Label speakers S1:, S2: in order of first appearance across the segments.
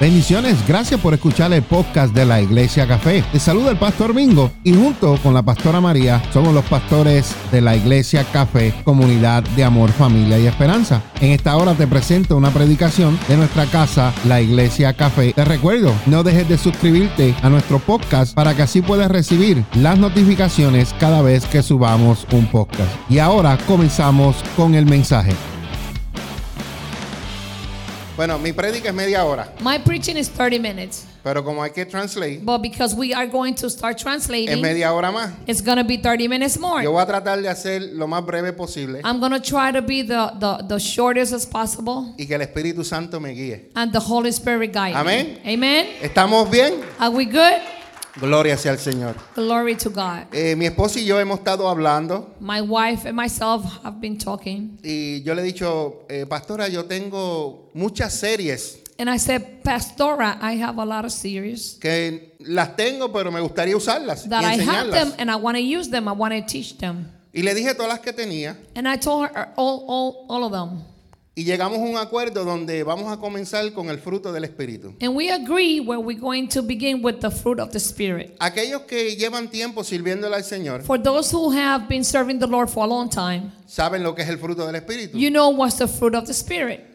S1: Bendiciones, gracias por escuchar el podcast de la Iglesia Café. Te saluda el pastor Mingo y junto con la pastora María somos los pastores de la Iglesia Café, comunidad de amor, familia y esperanza. En esta hora te presento una predicación de nuestra casa, la Iglesia Café. Te recuerdo, no dejes de suscribirte a nuestro podcast para que así puedas recibir las notificaciones cada vez que subamos un podcast. Y ahora comenzamos con el mensaje. Bueno, mi predica es media hora,
S2: My preaching is 30 minutes,
S1: pero como hay que translate,
S2: but because we are going to start
S1: es
S2: translating,
S1: media hora más.
S2: it's going to be 30 minutes
S1: Yo
S2: more.
S1: voy a tratar de hacer lo más breve posible
S2: I'm going to try to be the, the, the shortest as possible,
S1: y que el Espíritu Santo me guíe.
S2: and the Holy Spirit guide
S1: Amén.
S2: me. Amen.
S1: ¿Estamos bien?
S2: Are we good?
S1: Gloria sea al Señor.
S2: Glory to God.
S1: Eh, mi esposa y yo hemos estado hablando
S2: My wife and myself have been talking,
S1: y yo le he dicho, eh, pastora, yo tengo muchas series
S2: and I said, Pastora, I have a lot of series
S1: que las tengo, pero me gustaría usarlas y
S2: that I have them,
S1: enseñarlas.
S2: and I want to use them. I want to teach them.
S1: Y le dije todas las que tenía
S2: And I told her all, all, all of them.
S1: y llegamos a un acuerdo donde vamos a comenzar con el fruto del Espíritu.
S2: And we agree where we're going to begin with the fruit of the Spirit.
S1: Aquellos que llevan tiempo sirviéndole al Señor
S2: For those who have been serving the Lord for a long time,
S1: saben lo que es el fruto del Espíritu,
S2: you know what's the fruit of the Spirit.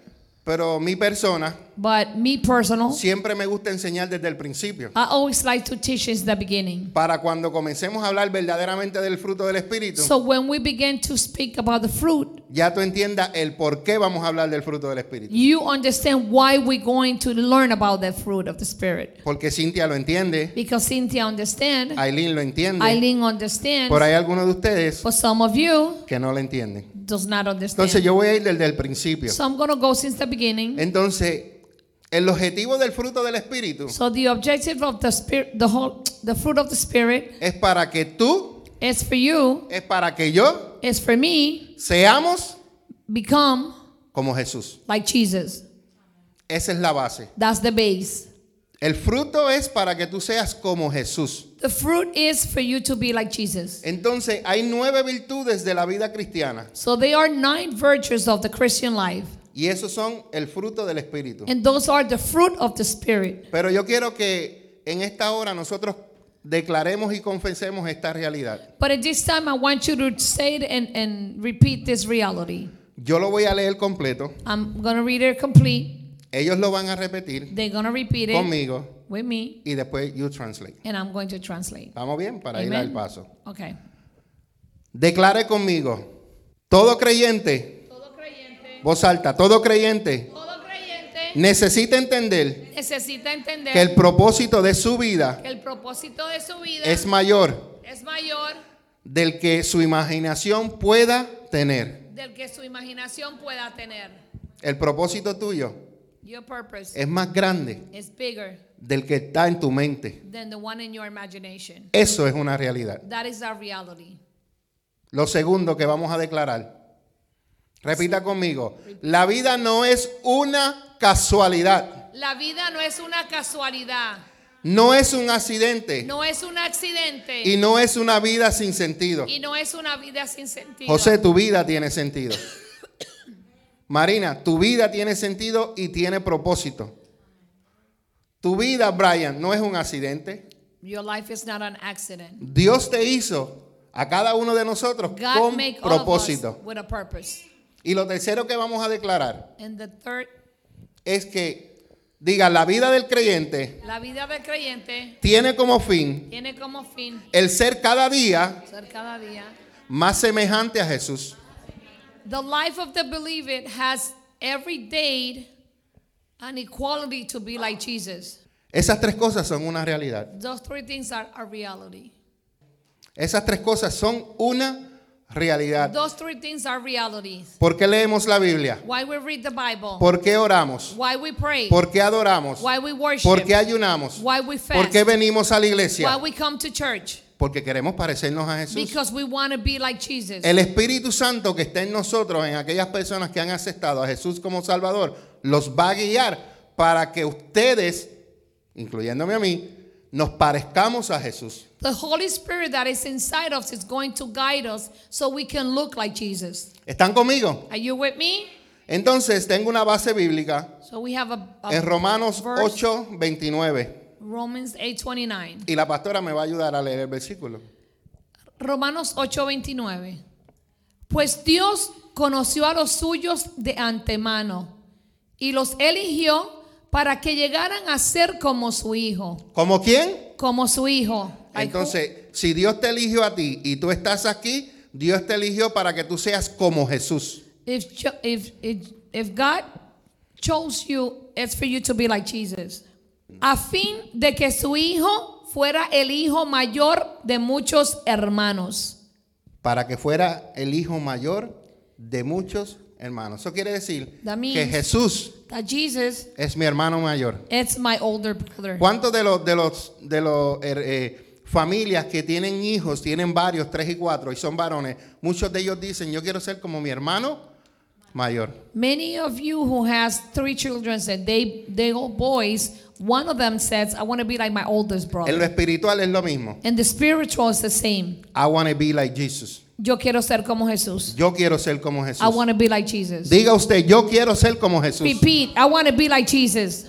S1: pero mi persona
S2: But me personal,
S1: siempre me gusta enseñar desde el principio.
S2: I always like to teach since the beginning.
S1: para cuando comencemos a hablar verdaderamente del fruto del Espíritu,
S2: So when we begin to speak about the fruit,
S1: ya tú entiendas el por qué vamos a hablar del fruto del Espíritu.
S2: you understand why we're going to learn about the fruit of the Spirit.
S1: Porque Cintia lo entiende,
S2: Because Cynthia understands,
S1: Aileen lo entiende,
S2: Eileen understands,
S1: por ahí algunos de ustedes
S2: but some of you
S1: que no lo entienden.
S2: does not understand.
S1: Entonces yo voy a ir desde el principio.
S2: so I'm going to go since the beginning.
S1: Entonces, el objetivo del fruto del Espíritu
S2: So the objective of the spirit, the whole, the fruit of the Spirit
S1: es para que tú,
S2: is for you,
S1: es para que yo
S2: is for me,
S1: seamos
S2: become
S1: como Jesús.
S2: like Jesus.
S1: Esa es la base.
S2: That's the base.
S1: El fruto es para que tú seas como Jesús.
S2: The fruit is for you to be like Jesus.
S1: Entonces, hay nueve virtudes de la vida cristiana.
S2: So they are nine virtues of the Christian life,
S1: Y esos son el fruto del Espíritu.
S2: and those are the fruit of the Spirit.
S1: Pero yo quiero que en esta hora nosotros declaremos y confesemos esta realidad.
S2: But at this time, I want you to say it and, and repeat this reality.
S1: Yo lo voy a leer completo.
S2: I'm gonna read it complete.
S1: Ellos lo van a repetir
S2: They're gonna repeat it
S1: conmigo
S2: with me,
S1: y después you translate.
S2: and I'm going to translate.
S1: ¿Estamos bien? Para ir
S2: Amen.
S1: al paso.
S2: Okay.
S1: Declare conmigo. Todo creyente,
S2: Todo creyente,
S1: voz alta, todo creyente
S2: todo creyente
S1: necesita entender
S2: necesita entender
S1: que el propósito de su vida
S2: que el propósito de su vida
S1: es mayor
S2: es mayor
S1: del que su imaginación pueda tener.
S2: del que su imaginación pueda tener.
S1: El propósito tuyo
S2: Your purpose
S1: es más grande
S2: is bigger
S1: del que está en tu mente.
S2: than the one in your imagination.
S1: Eso es una realidad.
S2: That is our reality.
S1: Lo segundo que vamos a declarar. Repita conmigo. La vida no es una casualidad.
S2: La vida no es una casualidad,
S1: No es un accidente.
S2: no es un accidente
S1: Y no es una vida sin sentido.
S2: y no es una vida sin sentido.
S1: José, tu vida tiene sentido. Marina, tu vida tiene sentido y tiene propósito. Tu vida, Brian, no es un accidente.
S2: Your life is not an accident.
S1: Dios te hizo a cada uno de nosotros
S2: God
S1: con
S2: make all of us
S1: propósito.
S2: with a purpose.
S1: Y lo tercero que vamos a declarar
S2: And the third,
S1: es que diga la vida del creyente
S2: la vida del creyente
S1: tiene como fin
S2: tiene como fin
S1: el ser cada día
S2: ser cada día.
S1: más semejante a Jesús.
S2: The life of the believer has every day an equality to be like Jesus.
S1: Esas tres cosas son una realidad.
S2: Those three things are a reality.
S1: Esas tres cosas son una realidad.
S2: Those three things are realities.
S1: ¿Por qué leemos la Biblia?
S2: Why we read the Bible.
S1: ¿Por qué oramos?
S2: Why we pray.
S1: ¿Por qué adoramos?
S2: Why we worship.
S1: ¿Por qué ayunamos?
S2: Why we fast.
S1: ¿Por qué venimos a la
S2: Why
S1: iglesia?
S2: we come to church.
S1: Porque queremos parecernos a Jesús.
S2: Because we want to be like Jesus.
S1: El Espíritu Santo que está en nosotros, en aquellas personas que han aceptado a Jesús como Salvador, los va a guiar para que ustedes, incluyéndome a mí, nos parezcamos a Jesús.
S2: The Holy Spirit that is inside us is going to guide us so we can look like Jesus.
S1: ¿Están conmigo?
S2: Are you with me?
S1: Entonces, tengo una base bíblica
S2: So we have a, a
S1: en Romanos
S2: Um, verse,
S1: 8, 29.
S2: Romans 8:29.
S1: Y la pastora me va a ayudar a leer el versículo.
S2: Romanos 8:29. Pues Dios conoció a los suyos de antemano y los eligió para que llegaran a ser como su hijo,
S1: ¿Como quién?
S2: como su hijo. Like who?
S1: Entonces, si Dios te eligió a ti y tú estás aquí, Dios te eligió para que tú seas como Jesús.
S2: if, cho- if, if, if God chose you, it's for you to be like Jesus. A fin de que su hijo fuera el hijo mayor de muchos hermanos.
S1: para que fuera el hijo mayor de muchos hermanos. Eso quiere decir
S2: That
S1: que
S2: means-
S1: Jesús
S2: That Jesus
S1: es mi hermano mayor.
S2: it's my older brother.
S1: ¿Cuántos de los de los de los eh, eh, familias que tienen hijos, tienen varios, tres y cuatro, y son varones? Muchos de ellos dicen, yo quiero ser como mi hermano mayor.
S2: Many of you who has three children said they they all boys. One of them says, "I want to be like my oldest
S1: En lo
S2: brother."
S1: espiritual es lo mismo.
S2: And the spiritual is the same.
S1: I want to be like Jesus.
S2: Yo quiero ser como Jesús.
S1: Yo quiero ser como
S2: I
S1: Jesús.
S2: want to be like Jesus.
S1: Diga usted, yo quiero ser como Jesús.
S2: Repeat, I want to be like Jesus.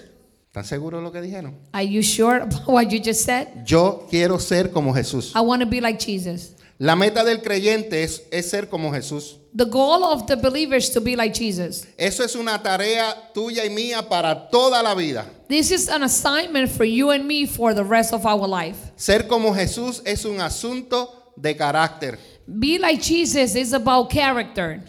S1: ¿Están seguros de lo que dijeron?
S2: Are you sure about what you just said?
S1: Yo quiero ser como Jesús.
S2: I want to be like Jesus.
S1: La meta del creyente es, es ser como Jesús.
S2: The goal of the believers to be like Jesus.
S1: Eso es una tarea tuya y mía para toda la vida.
S2: This is an assignment for you and me for the rest of our life.
S1: Ser como Jesús es un asunto de carácter.
S2: Be like Jesus is about character.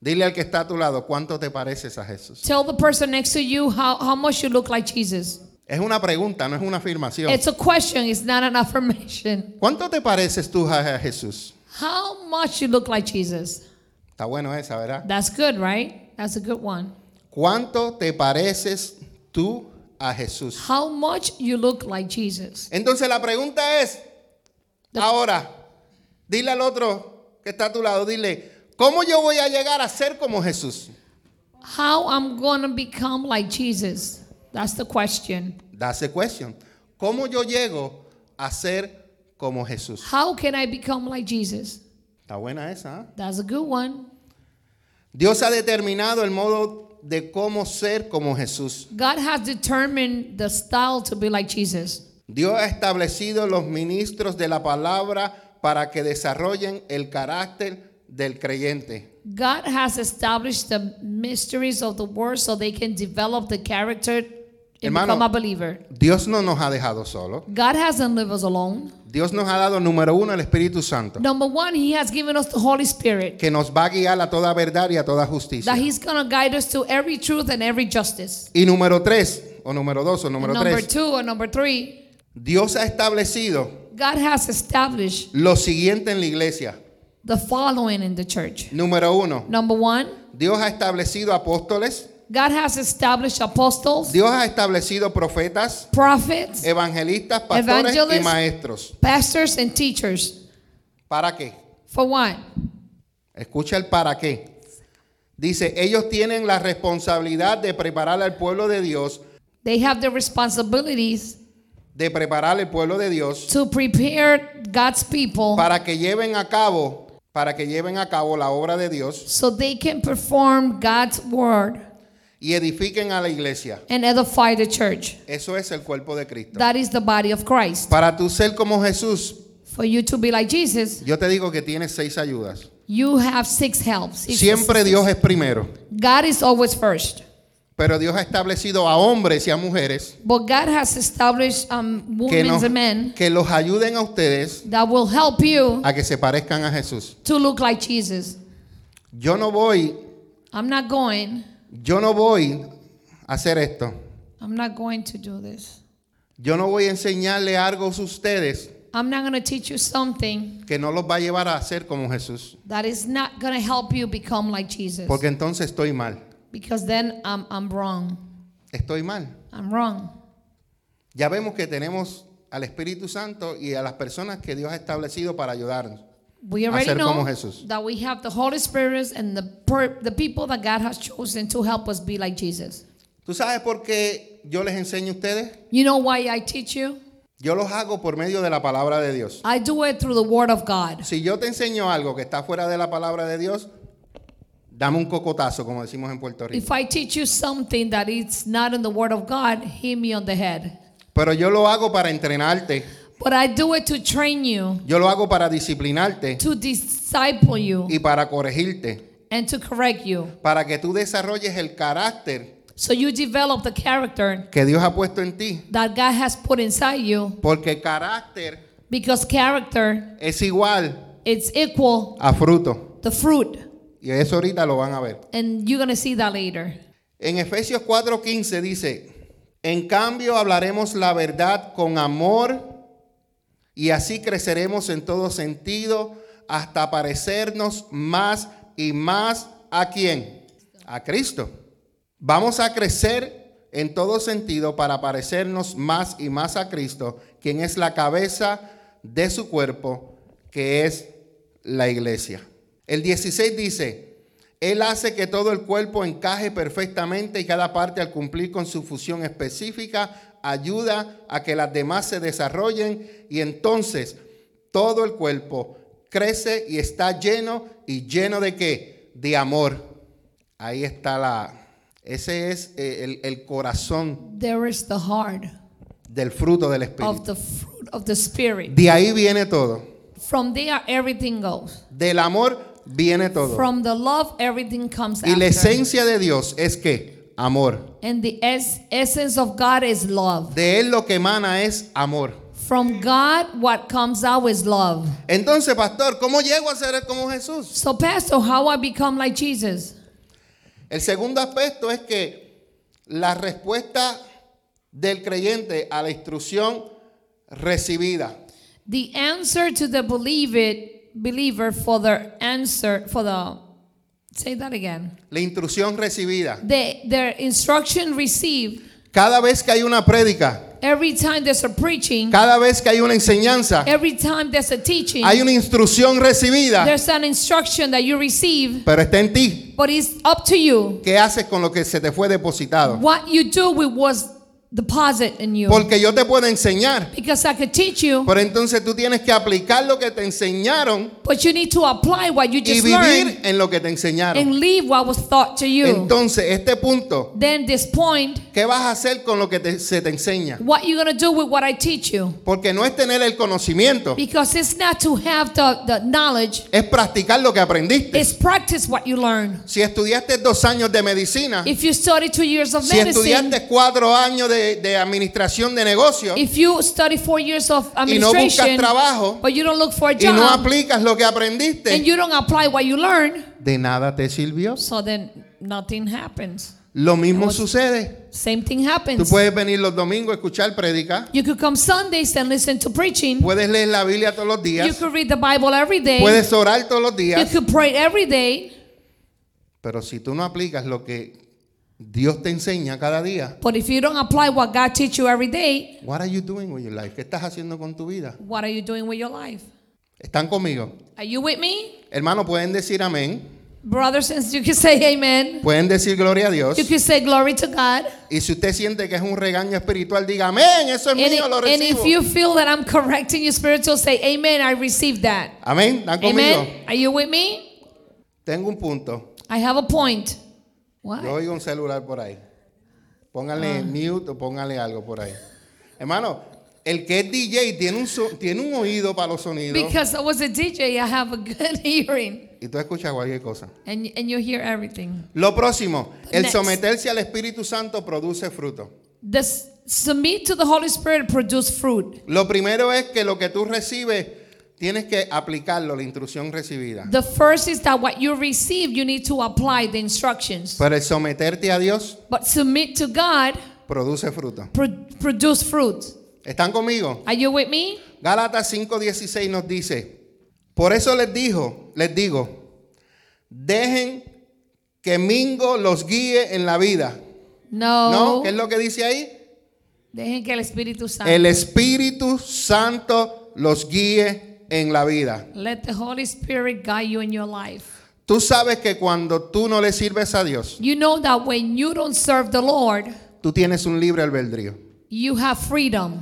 S1: Dile al que está a tu lado, ¿cuánto te pareces a Jesús?
S2: Tell the person next to you how, how much you look like Jesus.
S1: Es una pregunta, no es una afirmación.
S2: It's a question, it's not an affirmation.
S1: ¿Cuánto te pareces tú a a Jesús?
S2: How much you look like Jesus.
S1: Está bueno esa, ¿verdad?
S2: That's good, right? That's a good one.
S1: ¿Cuánto te pareces tú a Jesús?
S2: How much you look like Jesus.
S1: Entonces la pregunta es,
S2: The-
S1: ahora, dile al otro que está a tu lado, dile, ¿cómo yo voy a llegar a ser como Jesús?
S2: How I'm going to become like Jesus. That's the question.
S1: That's the question. ¿Cómo yo llego a ser como Jesús?
S2: How can I become like Jesus?
S1: Está buena esa. ¿ah?
S2: That's a good one.
S1: Dios ha determinado el modo de cómo ser como Jesús.
S2: God has determined the style to be like Jesus.
S1: Dios ha establecido los ministros de la palabra para que desarrollen el carácter del creyente.
S2: God has established the mysteries of the word so they can develop the character and
S1: Hermano.
S2: become a believer.
S1: Dios no nos ha dejado solos.
S2: God hasn't left us alone.
S1: Dios nos ha dado número uno el Espíritu Santo,
S2: Number one, He has given us the Holy Spirit
S1: que nos va a guiar a toda verdad y a toda justicia.
S2: that He's gonna guide us to every truth and every justice.
S1: Y número tres, o número dos, o número
S2: And number
S1: tres,
S2: two and number three,
S1: Dios ha establecido
S2: God has established
S1: lo siguiente en la iglesia.
S2: the following in the church.
S1: Número uno,
S2: Number one,
S1: Dios ha establecido apóstoles,
S2: God has established apostles,
S1: Dios ha establecido profetas, Eh.
S2: prophets,
S1: evangelistas, pastores y
S2: Evangelists.
S1: maestros.
S2: pastors, and teachers.
S1: ¿Para qué?
S2: For what?
S1: Escucha el para qué. Dice, ellos tienen la responsabilidad de preparar al pueblo de Dios,
S2: They have the responsibilities
S1: de preparar al pueblo de Dios
S2: to prepare God's people
S1: para que lleven a cabo, para que lleven a cabo la obra de Dios
S2: so they can perform God's word
S1: y edifiquen a la iglesia.
S2: and edify the church.
S1: Eso es el cuerpo de Cristo.
S2: That is the body of Christ.
S1: Para tú ser como Jesús,
S2: For you to be like Jesus,
S1: yo te digo que tienes seis ayudas.
S2: you have six helps. Six
S1: Siempre
S2: assistants.
S1: Dios es primero.
S2: God is always first.
S1: Pero Dios ha establecido a hombres y a mujeres
S2: But God has established um,
S1: que,
S2: women
S1: nos-
S2: and men
S1: que los ayuden a ustedes
S2: that will help you
S1: a que se parezcan a Jesús.
S2: to look like Jesus.
S1: Yo no voy,
S2: I'm not going.
S1: yo no voy a hacer esto.
S2: I'm not going to do this.
S1: Yo no voy a enseñarle algo a ustedes
S2: I'm not going to teach you something
S1: que no los va a llevar a ser como Jesús,
S2: that is not going to help you become like Jesus.
S1: porque entonces estoy mal.
S2: Because then I'm, I'm wrong.
S1: Estoy mal.
S2: I'm wrong.
S1: Ya vemos que tenemos al Espíritu Santo y a las personas que Dios ha establecido para ayudarnos.
S2: We
S1: A
S2: already
S1: ser
S2: know
S1: como Jesús.
S2: that we have the Holy Spirit and the per, the people that God has chosen to help us be like Jesus.
S1: ¿Tú sabes por qué yo les enseño a ustedes?
S2: You know why I teach you?
S1: Yo los hago por medio de la palabra de Dios.
S2: I do it through the Word of God.
S1: Si yo te enseño algo que está fuera de la palabra de Dios, Dame un cocotazo, como decimos en Puerto Rico.
S2: If I teach you something that is not in the Word of God, hit me on the head.
S1: Pero yo lo hago para entrenarte.
S2: But I do it to train you,
S1: Yo lo hago para disciplinarte
S2: to disciple you,
S1: y para corregirte.
S2: and to correct you.
S1: Para que tú desarrolles el carácter
S2: So you develop the character
S1: que Dios ha puesto en ti.
S2: that God has put inside you
S1: Porque el carácter
S2: because character
S1: es igual
S2: it's equal
S1: a fruto.
S2: the fruit
S1: Y eso ahorita lo van a ver.
S2: and you're going to see that later.
S1: En Efesios 4:15 dice, en cambio hablaremos la verdad con amor y así creceremos en todo sentido hasta parecernos más y más a quién? A Cristo. Vamos a crecer en todo sentido para parecernos más y más a Cristo, quien es la cabeza de su cuerpo, que es la iglesia. El 16 dice, Él hace que todo el cuerpo encaje perfectamente y cada parte al cumplir con su fusión específica ayuda a que las demás se desarrollen y entonces todo el cuerpo crece y está lleno y lleno de qué? De amor. Ahí está la... Ese es eh, el, el corazón
S2: There is the heart
S1: del fruto del
S2: of
S1: Espíritu.
S2: the fruit of the spirit.
S1: De ahí viene todo.
S2: From there everything goes.
S1: Del amor viene todo.
S2: From the love everything comes
S1: Y la
S2: after.
S1: esencia de Dios es que amor.
S2: And the es- essence of God is love.
S1: De él lo que emana es amor.
S2: From God what comes out is love.
S1: Entonces, pastor, ¿cómo llego a ser como Jesús?
S2: So pastor, how I become like Jesus?
S1: El segundo aspecto es que la respuesta del creyente a la instrucción recibida.
S2: The answer to the believe it believer for the answer for the say that again.
S1: La instrucción recibida.
S2: The their instruction received
S1: Cada vez que hay una prédica,
S2: every time there's a preaching,
S1: cada vez que hay una enseñanza,
S2: every time there's a teaching,
S1: hay una instrucción recibida,
S2: there's an instruction that you receive,
S1: pero está en ti.
S2: but it's up to you
S1: ¿Qué haces con lo que se te fue depositado?
S2: what you do with what's deposit in you.
S1: Porque yo te puedo enseñar,
S2: Because I could teach you,
S1: Pero entonces tú tienes que aplicar lo que te enseñaron
S2: but you need to apply what you
S1: y
S2: just
S1: vivir
S2: learned
S1: en lo que te enseñaron.
S2: and leave what was taught to you.
S1: Entonces, este punto,
S2: Then this point,
S1: ¿qué vas a hacer con lo que te- se te enseña?
S2: what you gonna do with what I teach you?
S1: Porque no es tener el conocimiento,
S2: Because it's not to have the, the knowledge,
S1: es practicar lo que aprendiste.
S2: it's practice what you learn.
S1: Si estudiaste dos años de medicina,
S2: If you study two years of
S1: si
S2: medicine,
S1: estudiaste cuatro años de, de administración de negocios
S2: if you study four years of
S1: y no buscas
S2: administration,
S1: trabajo
S2: but you don't look for a
S1: y no
S2: job
S1: aplicas lo que
S2: and
S1: aprendiste,
S2: you don't apply what you learn,
S1: de nada te sirvió.
S2: so then nothing happens.
S1: Lo mismo sucede.
S2: Same thing
S1: Tú
S2: happens.
S1: puedes venir los domingos a escuchar predicar.
S2: You could come Sundays and listen to preaching.
S1: Puedes leer la Biblia todos los días.
S2: You could read the Bible every day.
S1: Puedes orar todos los
S2: You
S1: días,
S2: could pray every day.
S1: pero si tú no aplicas lo que Dios te enseña cada día,
S2: But if you don't apply what God teach you every day,
S1: what are you doing with your life? ¿Qué estás haciendo con tu vida?
S2: what are you doing with your life?
S1: ¿Están conmigo?
S2: Are you with me?
S1: Hermano, pueden decir amén,
S2: Brothers and you can say amen.
S1: pueden decir gloria a Dios.
S2: You can say glory to God.
S1: Y si usted siente que es un regaño espiritual, diga amén, eso es
S2: And,
S1: mío, lo
S2: i- and if you
S1: recibo.
S2: feel that I'm correcting you spiritual, say amen. I received that.
S1: Amén, ¿están conmigo?
S2: Amen. Are you with me?
S1: Tengo un punto.
S2: I have a point. What?
S1: Yo oigo un celular por ahí.
S2: Ah.
S1: Póngale mute o póngale algo por ahí. Hermano, el que es DJ tiene un, so- tiene un oído para los sonidos
S2: Because I was a DJ, I have a good hearing.
S1: y tú escuchas cualquier cosa.
S2: And, and you hear everything.
S1: Lo próximo, el
S2: Next.
S1: someterse al Espíritu Santo produce fruto.
S2: The s- submit to the Holy Spirit produce fruit.
S1: Lo primero es que lo que tú recibes tienes que aplicarlo, la instrucción recibida.
S2: The first is that what you receive, you need to apply the instructions.
S1: Pero el someterte a Dios
S2: But submit to God
S1: produce fruto.
S2: pro- produce fruit.
S1: ¿Están conmigo?
S2: Are you with me?
S1: Gálatas 5:16 nos dice, por eso les dijo, les digo, dejen que Mingo los guíe en la vida. ¿No?
S2: No.
S1: ¿Qué es lo que dice ahí?
S2: Dejen que el Espíritu Santo.
S1: El Espíritu Santo los guíe en la vida.
S2: Let the Holy Spirit guide you in your life.
S1: Tú sabes que cuando tú no le sirves a Dios,
S2: You know that when you don't serve the Lord,
S1: tú tienes un libre albedrío.
S2: you have freedom.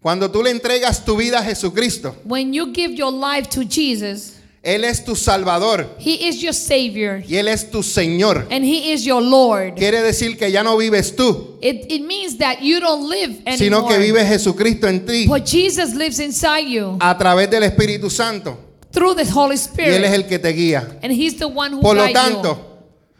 S1: Cuando tú le entregas tu vida a Jesucristo,
S2: When you give your life to Jesus,
S1: Él es tu Salvador
S2: He is your Savior
S1: y Él es tu Señor.
S2: and He is your Lord.
S1: Quiere decir que ya no vives tú,
S2: It, it means that you don't live
S1: sino
S2: anymore,
S1: que vive Jesucristo en ti
S2: but Jesus lives inside you
S1: a través del Espíritu Santo.
S2: through the Holy
S1: Y Él es
S2: Spirit,
S1: el que te guía.
S2: and He's the one who
S1: Por lo
S2: guides you.
S1: tanto,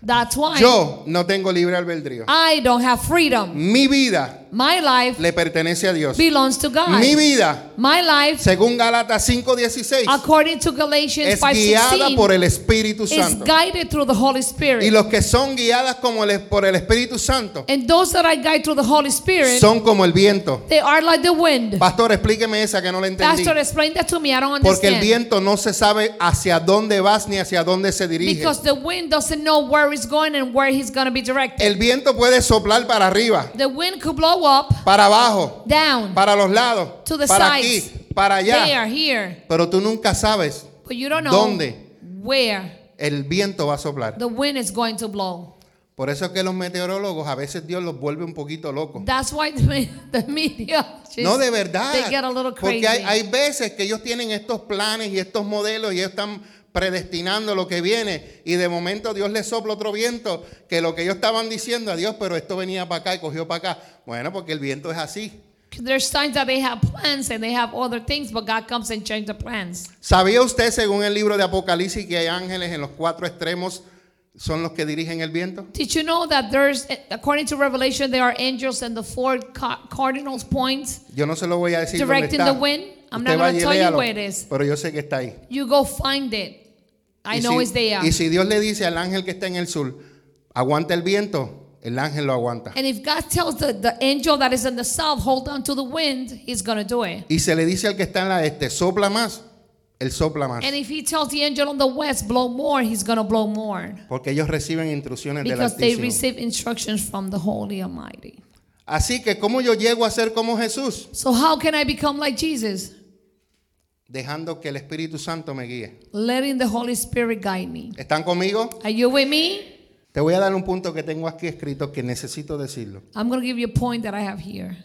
S2: That's why
S1: yo no tengo libre albedrío.
S2: I don't have freedom.
S1: Mi vida
S2: My life
S1: le pertenece a Dios.
S2: belongs to God.
S1: Mi vida,
S2: My life,
S1: según Gálatas 5:16,
S2: according to Galatians
S1: es guiada
S2: 5:16,
S1: por el Espíritu
S2: is
S1: Santo.
S2: guided through the Holy Spirit.
S1: Y los que son guiadas como el- por el Espíritu Santo
S2: and those that are guided through the Holy Spirit,
S1: son como el viento.
S2: they are like the wind.
S1: Pastor, explíqueme esa que no la entendí.
S2: Pastor, explain that to me. I don't
S1: Porque el
S2: understand.
S1: viento no se sabe hacia dónde vas ni hacia dónde se dirige.
S2: because the wind doesn't know where it's going and where he's going to be directed.
S1: El viento puede soplar para arriba,
S2: the wind could blow up,
S1: para abajo,
S2: down,
S1: para los lados,
S2: To the
S1: para
S2: sides.
S1: aquí, para allá.
S2: there, here.
S1: Pero tú nunca sabes
S2: But you don't know
S1: ¿Dónde?
S2: where
S1: el viento va a soplar.
S2: the wind is going to blow.
S1: Por eso es que los meteorólogos a veces Dios los vuelve un poquito locos.
S2: That's why the, the media. just-
S1: No, de verdad.
S2: They get a little crazy.
S1: Porque hay, hay veces que ellos tienen estos planes y estos modelos y ellos están predestinando lo que viene y de momento Dios les sopla otro viento que lo que ellos estaban diciendo a Dios, pero esto venía para acá y cogió para acá. Bueno, porque el viento es así.
S2: There's times that they have plans and they have other things, but God comes and changes the plans.
S1: ¿Sabía usted, según el libro de Apocalipsis, que hay ángeles en los cuatro extremos son los que dirigen el viento?
S2: Did you know that there's, according to Revelation, there are angels and the four ca- cardinal points?
S1: Yo no se lo voy a decir dónde
S2: Directing
S1: está.
S2: the wind. I'm
S1: Usted
S2: not
S1: vaya
S2: gonna
S1: y
S2: tell you
S1: léalo,
S2: where it is.
S1: Pero yo sé que está ahí.
S2: You go find it. I
S1: Y
S2: know
S1: si-
S2: it's there.
S1: Y si Dios le dice al ángel que está en el sur, aguanta el viento, el ángel lo aguanta.
S2: And if God tells the, the angel that is in the south, hold on to the wind, he's going to do it.
S1: Y se le dice al que está en la este, sopla más, él sopla más.
S2: And if he tells the angel on the west, blow more, he's going to blow more.
S1: Porque ellos reciben instrucciones del
S2: Because they
S1: Altísimo.
S2: receive instructions from the Holy Almighty.
S1: Así que, ¿cómo yo llego a ser como Jesús?
S2: So, how can I become like Jesus?
S1: Dejando que el Espíritu Santo me guíe.
S2: Letting the Holy Spirit guide me.
S1: ¿Están conmigo?
S2: Are you with me?
S1: Te voy a dar un punto que tengo aquí escrito que necesito decirlo.
S2: I'm going to give you a point that I have here.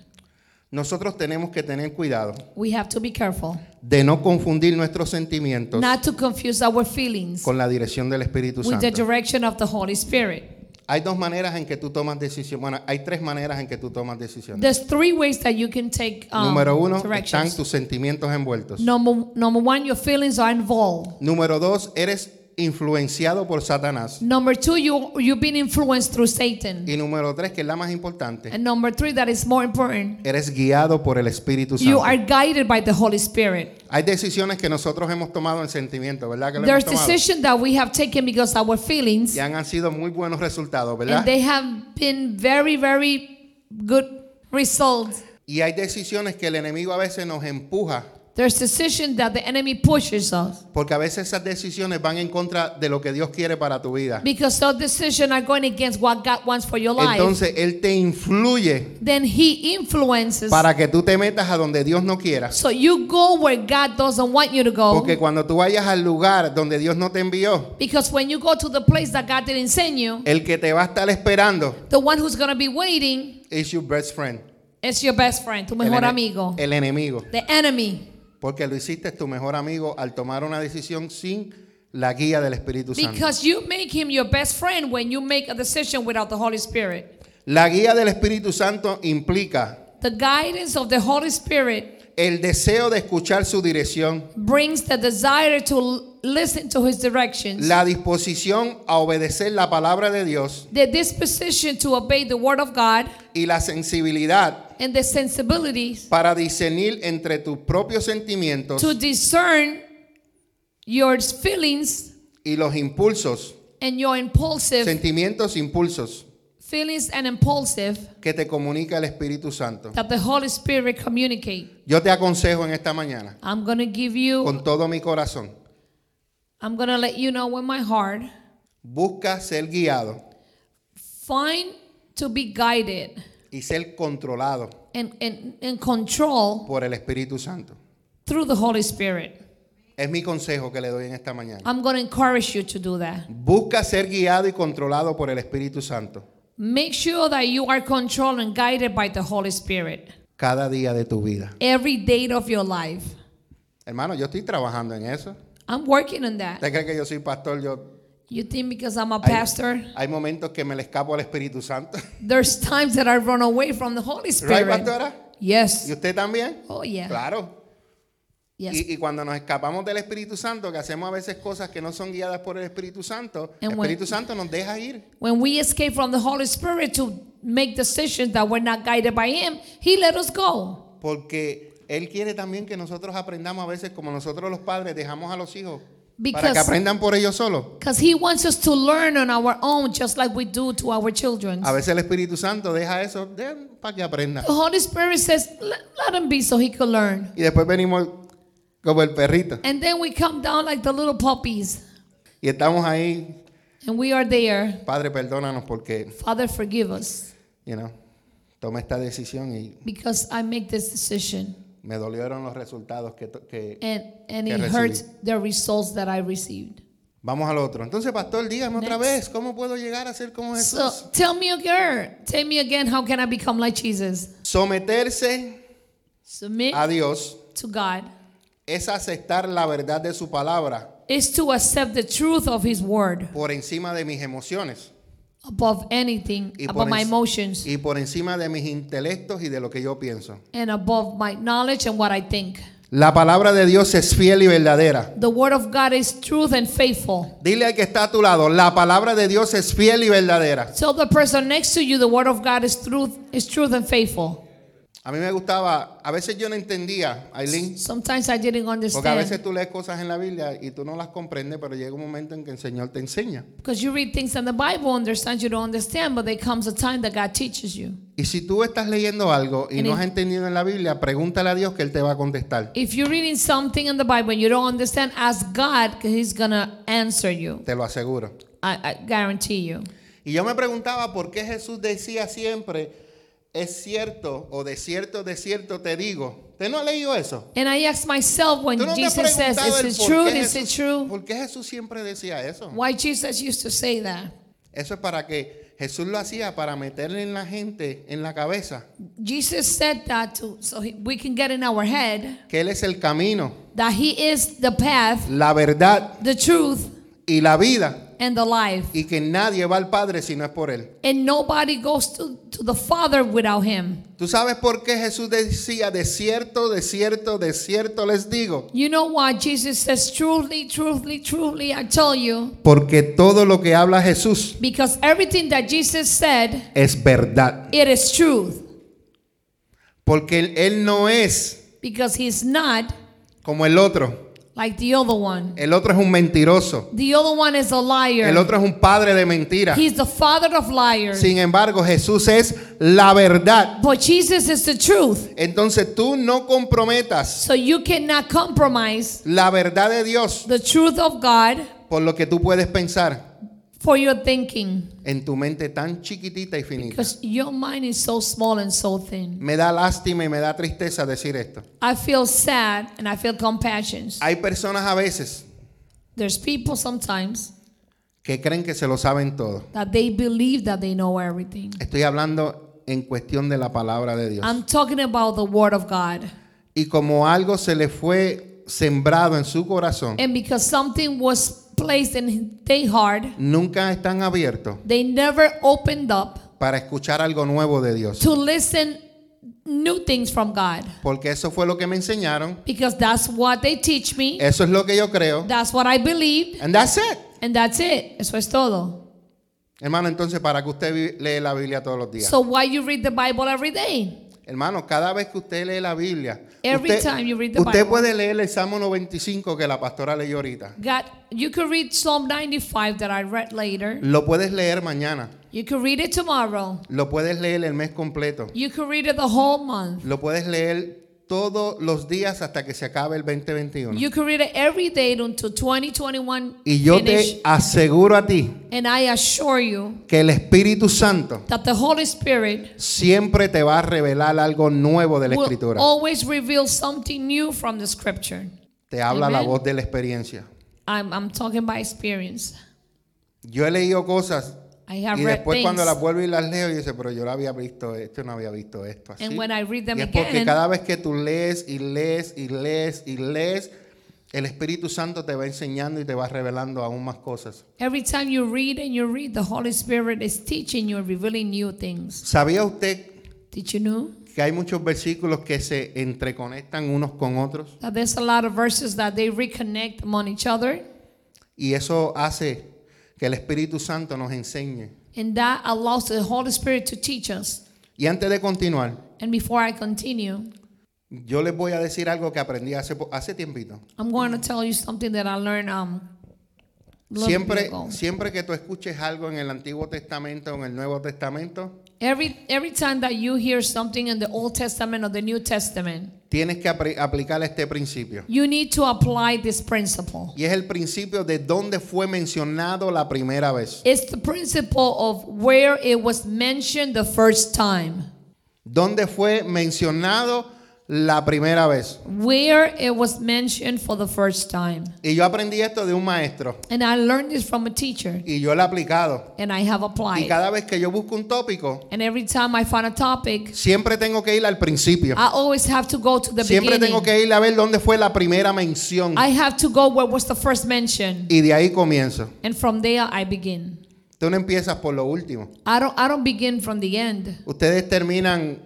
S1: Nosotros tenemos que tener cuidado
S2: We have to be careful
S1: de no confundir nuestros sentimientos
S2: not to confuse our feelings
S1: con la dirección del Espíritu
S2: with the
S1: Santo.
S2: direction of the Holy Spirit.
S1: Hay dos maneras en que tú tomas decisiones. Bueno, hay tres maneras en que tú tomas decisiones.
S2: There's three ways that you can take um,
S1: Número uno, están
S2: directions.
S1: tus sentimientos envueltos.
S2: Number, number one, your feelings are involved.
S1: Número dos, eres influenciado por Satanás.
S2: Number two, you, you've been influenced through Satan.
S1: Y número tres, que es la más importante,
S2: And number three, that is more important,
S1: eres guiado por el Espíritu
S2: you
S1: Santo.
S2: are guided by the Holy Spirit.
S1: Hay decisiones que nosotros hemos tomado en sentimiento, ¿verdad? Que lo hemos
S2: There's
S1: tomado?
S2: decisions that we have taken because our feelings,
S1: Y han sido muy buenos resultados, ¿verdad?
S2: and they have been very, very good results.
S1: Y hay decisiones que el enemigo a veces nos empuja,
S2: There's decisions that the enemy pushes us
S1: porque a veces esas decisiones van en contra de lo que Dios quiere para tu vida.
S2: because those decisions are going against what God wants for your life.
S1: Entonces, Él te influye
S2: then He influences.
S1: para que tú te metas a donde Dios no quiera.
S2: so you go where God doesn't want you to go.
S1: Porque cuando tú vayas al lugar donde Dios no te envió,
S2: Because when you go to the place that God didn't send you,
S1: el que te va a estar esperando
S2: the one who's going to be waiting
S1: es your best friend.
S2: is your best friend, tu
S1: el,
S2: mejor
S1: ene-
S2: amigo,
S1: el enemigo.
S2: the enemy.
S1: Porque lo hiciste tu mejor amigo al tomar una decisión sin la guía del Espíritu Santo.
S2: Because you make him your best friend when you make a decision without the Holy Spirit.
S1: La guía del Espíritu Santo implica
S2: The guidance of the Holy Spirit
S1: el deseo de escuchar su dirección,
S2: brings the desire to l- listen to his directions,
S1: la disposición a obedecer la palabra de Dios
S2: the disposition to obey the word of God,
S1: y la sensibilidad
S2: and the sensibilities
S1: para discernir entre tus propios sentimientos
S2: to discern your feelings
S1: y los impulsos,
S2: and your impulsive
S1: sentimientos, impulsos
S2: feelings and impulsive
S1: que te comunica el Espíritu Santo.
S2: that the Holy Spirit communicate.
S1: Yo te aconsejo en esta mañana,
S2: I'm gonna give you.
S1: con todo mi corazón,
S2: I'm gonna let you know with my heart.
S1: busca ser guiado
S2: Find to be guided
S1: y ser controlado
S2: and and and control
S1: por el Espíritu Santo.
S2: through the Holy Spirit.
S1: Es mi consejo que le doy en esta mañana.
S2: I'm gonna encourage you to do that.
S1: Busca ser guiado y controlado por el Espíritu Santo
S2: Make sure that you are controlled and guided by the Holy Spirit
S1: cada día de tu vida.
S2: every day of your life.
S1: Hermano, yo estoy trabajando en eso.
S2: I'm working on that.
S1: ¿Usted cree que yo soy pastor? Yo,
S2: You think because I'm a
S1: hay-
S2: pastor,
S1: hay momentos que me le escapo al Espíritu Santo.
S2: there's times that I run away from the Holy
S1: ¿Right,
S2: Spirit.
S1: pastora? ¿Y
S2: Yes.
S1: usted también?
S2: Oh, yeah.
S1: Claro.
S2: Yes.
S1: Y, y cuando nos escapamos del Espíritu Santo, que hacemos a veces cosas que no son guiadas por el Espíritu Santo, el
S2: And when-
S1: Espíritu Santo nos deja ir.
S2: When we escape from the Holy Spirit to make decisions that were not guided by Him, He let us go.
S1: Porque Él quiere también que nosotros aprendamos a veces como nosotros los padres dejamos a los hijos para
S2: Because-
S1: que aprendan por ellos solos.
S2: Because He wants us to learn on our own, just like we do to our children.
S1: A veces el Espíritu Santo deja eso de- para que aprendan.
S2: The Holy Spirit says, let, let him be so he could learn.
S1: Y después venimos como el perrito
S2: And then we come down like the little puppies.
S1: y estamos ahí,
S2: And we are there.
S1: Padre, perdónanos porque,
S2: Father, forgive us
S1: you know, tomé esta decisión y
S2: because I make this decision.
S1: me dolieron los resultados que, to- que-
S2: And, and
S1: Que
S2: it
S1: recibí.
S2: hurts the results that I received.
S1: Vamos al otro. Entonces, pastor, dígame otra
S2: Next.
S1: vez, ¿cómo puedo llegar a ser como Jesús?
S2: So tell me again. Tell me again, how can I become like Jesus?
S1: Someterse
S2: Submit
S1: a Dios
S2: to God
S1: es aceptar la verdad de su palabra
S2: is to accept the truth of his word
S1: por encima de mis emociones
S2: above anything,
S1: y por,
S2: above my
S1: enci-
S2: emotions,
S1: y por encima de mis intelectos y de lo que yo pienso.
S2: and above my knowledge and what I think.
S1: La palabra de Dios es fiel y verdadera.
S2: The word of God is truth and faithful.
S1: Dile al que está a tu lado, la palabra de Dios es fiel y verdadera.
S2: Tell the person next to you the word of God is truth is truth and faithful.
S1: A mí me gustaba, a veces yo no entendía, Aileen,
S2: Sometimes I didn't
S1: porque a
S2: understand
S1: veces tú lees cosas en la Biblia y tú no las comprendes, pero llega un momento en que el Señor te enseña.
S2: because you read things in the Bible, understand you don't understand, but there comes a time that God teaches you.
S1: Y si tú estás leyendo algo y
S2: And
S1: no
S2: if-
S1: has entendido en la Biblia, pregúntale a Dios que Él te va a contestar.
S2: If you're reading something in the Bible and you don't understand, ask God, 'cause He's gonna answer you.
S1: Te lo aseguro.
S2: I, I guarantee you.
S1: Y yo me preguntaba por qué Jesús decía siempre, es cierto o de cierto, de cierto te digo. ¿Usted no ha leído eso?
S2: And I ask myself when
S1: ¿Tú no te has
S2: Jesus says,
S1: preguntado el
S2: "Is it
S1: por
S2: true?
S1: qué
S2: Is it
S1: Jesús-
S2: true?"
S1: ¿Por qué Jesús siempre decía eso?
S2: Why Jesus used to say that?
S1: Eso es para que Jesús lo hacía para meterle en la gente, en la cabeza,
S2: Jesus said that to so he, we can get in our head
S1: que Él es el camino,
S2: that He is the path,
S1: la verdad
S2: the truth,
S1: y la vida,
S2: and the life.
S1: y que nadie va al Padre si no es por Él.
S2: And nobody goes to, to the Father without him.
S1: ¿Tú sabes por qué Jesús decía, de cierto, de cierto, de cierto les digo?
S2: You know why Jesus says, Truly, truly, truly, I tell you,
S1: Porque todo lo que habla Jesús
S2: because everything that Jesus said,
S1: es verdad.
S2: it is truth.
S1: Porque él, él no es
S2: Because he's not
S1: como el otro.
S2: like the other one.
S1: El otro es un mentiroso.
S2: The other one is a
S1: El
S2: liar.
S1: otro es un padre de mentiras.
S2: He's the father of liars.
S1: Sin embargo, Jesús es la verdad.
S2: But Jesus is the truth.
S1: Entonces tú no comprometas
S2: So you cannot compromise
S1: la verdad de Dios
S2: the truth of God
S1: por lo que tú puedes pensar
S2: for your thinking.
S1: en tu mente tan chiquitita y finita.
S2: Because your mind is so small and so thin.
S1: Me da lástima y me da tristeza decir esto.
S2: I feel sad and I feel compassion.
S1: Hay personas a veces
S2: There's people sometimes
S1: que creen que se lo saben todo.
S2: that they believe that they know everything.
S1: Estoy hablando en cuestión de la palabra de Dios.
S2: I'm talking about the Word of God.
S1: Y como algo se le fue sembrado en su corazón,
S2: And because something was placed in their heart,
S1: nunca están abiertos
S2: they never opened up
S1: para escuchar algo nuevo de Dios.
S2: to listen new things from God.
S1: Porque eso fue lo que me enseñaron.
S2: Because that's what they teach me.
S1: Eso es lo que yo creo.
S2: That's what I believed.
S1: And that's it.
S2: And that's it. Eso es todo.
S1: Hermano, entonces, ¿para que usted vi- lee la Biblia todos los días?
S2: So why you read the Bible every day?
S1: Hermano, cada vez que usted lee la Biblia,
S2: Every
S1: usted,
S2: time you read the
S1: usted
S2: Bible.
S1: puede leer el Salmo 95 que la pastora leyó ahorita.
S2: God, you could read Psalm 95 that I read later.
S1: Lo puedes leer mañana.
S2: You could read it tomorrow.
S1: Lo puedes leer el mes completo.
S2: You could read it the whole month.
S1: Lo puedes leer todos los días hasta que se acabe el 2021.
S2: You can read it every day until 2021
S1: Y yo
S2: finish.
S1: te aseguro a ti
S2: And I assure you
S1: que el Espíritu Santo
S2: that the Holy Spirit
S1: siempre te va a revelar algo nuevo de la
S2: will
S1: Escritura.
S2: always reveal something new from the Scripture.
S1: Te habla la
S2: Amen.
S1: voz de la experiencia.
S2: I'm, I'm talking by experience.
S1: Yo he leído cosas
S2: I have
S1: y
S2: read
S1: después
S2: things.
S1: cuando las vuelvo y las leo, yo dice, pero yo la había visto esto, no había visto esto. Así.
S2: And when I read them
S1: y es porque
S2: again-
S1: cada vez que tú lees y lees y lees y lees, el Espíritu Santo te va enseñando y te va revelando aún más cosas.
S2: Every time you read and you read, the Holy Spirit is teaching you and revealing new things.
S1: ¿Sabía usted
S2: Did you know
S1: que hay muchos versículos que se entreconectan unos con otros?
S2: that there's a lot of verses that they reconnect among each other?
S1: Y eso hace que el Espíritu Santo nos enseñe.
S2: And that allows the Holy Spirit to teach us.
S1: Y antes de continuar,
S2: And before I continue,
S1: yo les voy a decir algo que aprendí hace, po- hace tiempito.
S2: I'm going to
S1: Mm.
S2: tell you something that I learned um a little bit
S1: Siempre,
S2: ago.
S1: siempre que tú escuches algo en el Antiguo Testamento o en el Nuevo Testamento,
S2: Every every time that you hear something in the Old Testament or the New Testament,
S1: tienes que apri- aplicar este principio.
S2: you need to apply this principle.
S1: Y es el principio de dónde fue mencionado la primera vez.
S2: It's the principle of where it was mentioned the first time.
S1: ¿Dónde fue mencionado la primera vez?
S2: Where it was mentioned for the first time.
S1: Y yo aprendí esto de un maestro
S2: And I learned this from a teacher
S1: y yo lo he aplicado.
S2: and I have
S1: Y
S2: applied.
S1: cada vez que yo busco un tópico,
S2: And every time I find a topic,
S1: siempre tengo que ir al principio.
S2: I always have to go to the
S1: Siempre tengo
S2: Ah, beginning.
S1: que ir a ver dónde fue la primera mención.
S2: I have to go where was the first mention.
S1: Y de ahí comienzo.
S2: And from there I begin.
S1: Tú no empiezas por lo último.
S2: I don't I don't begin from the end.
S1: Ustedes terminan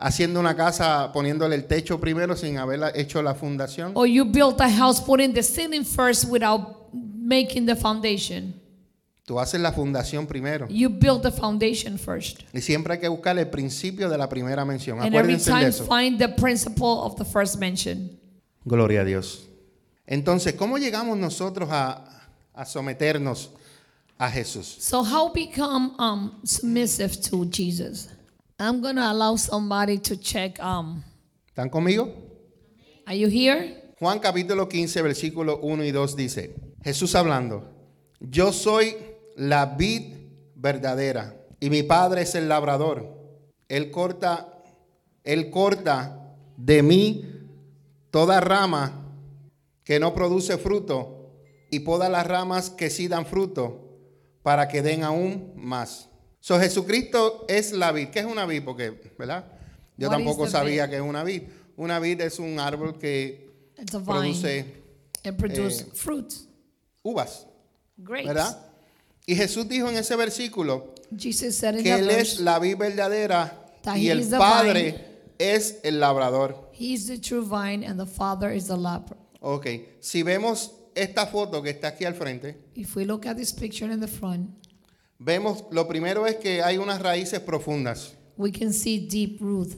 S1: haciendo una casa poniéndole el techo primero sin haber hecho la fundación.
S2: Or Oh, you build a house putting the ceiling first without making the foundation.
S1: Tú haces la fundación primero.
S2: You build the foundation first.
S1: Y siempre hay que buscar el principio de la primera mención.
S2: And every
S1: Acuérdense de
S2: time
S1: eso.
S2: find the principle of the first mention.
S1: Gloria a Dios. Entonces, ¿cómo llegamos nosotros a, a someternos a Jesús?
S2: So how become um submissive to Jesus? I'm gonna allow somebody to check. Um,
S1: ¿Están conmigo?
S2: are you here?
S1: Juan capítulo 15, versículo 1 y 2 dice, Jesús hablando, yo soy la vid verdadera y mi padre es el labrador. Él corta, él corta de mí toda rama que no produce fruto y poda las ramas que sí dan fruto para que den aún más. So Jesucristo es la vid. ¿Qué es una vid? Porque, ¿verdad? Yo
S2: What is
S1: tampoco
S2: the
S1: sabía que es una vid. Una vid es un árbol que
S2: It's a vine.
S1: produce
S2: It produce
S1: eh,
S2: fruit,
S1: uvas,
S2: grapes.
S1: ¿verdad? Y Jesús dijo en ese versículo
S2: Jesus said in
S1: que
S2: that
S1: Él es
S2: verse,
S1: la vid verdadera
S2: That
S1: y
S2: he
S1: el
S2: is the
S1: Padre es el labrador.
S2: "He is the true vine, and the Father is the labor."
S1: Ok, si vemos esta foto que está aquí al frente,
S2: If we look at this picture in the front,
S1: vemos lo primero es que hay unas raíces profundas.
S2: we can see deep root.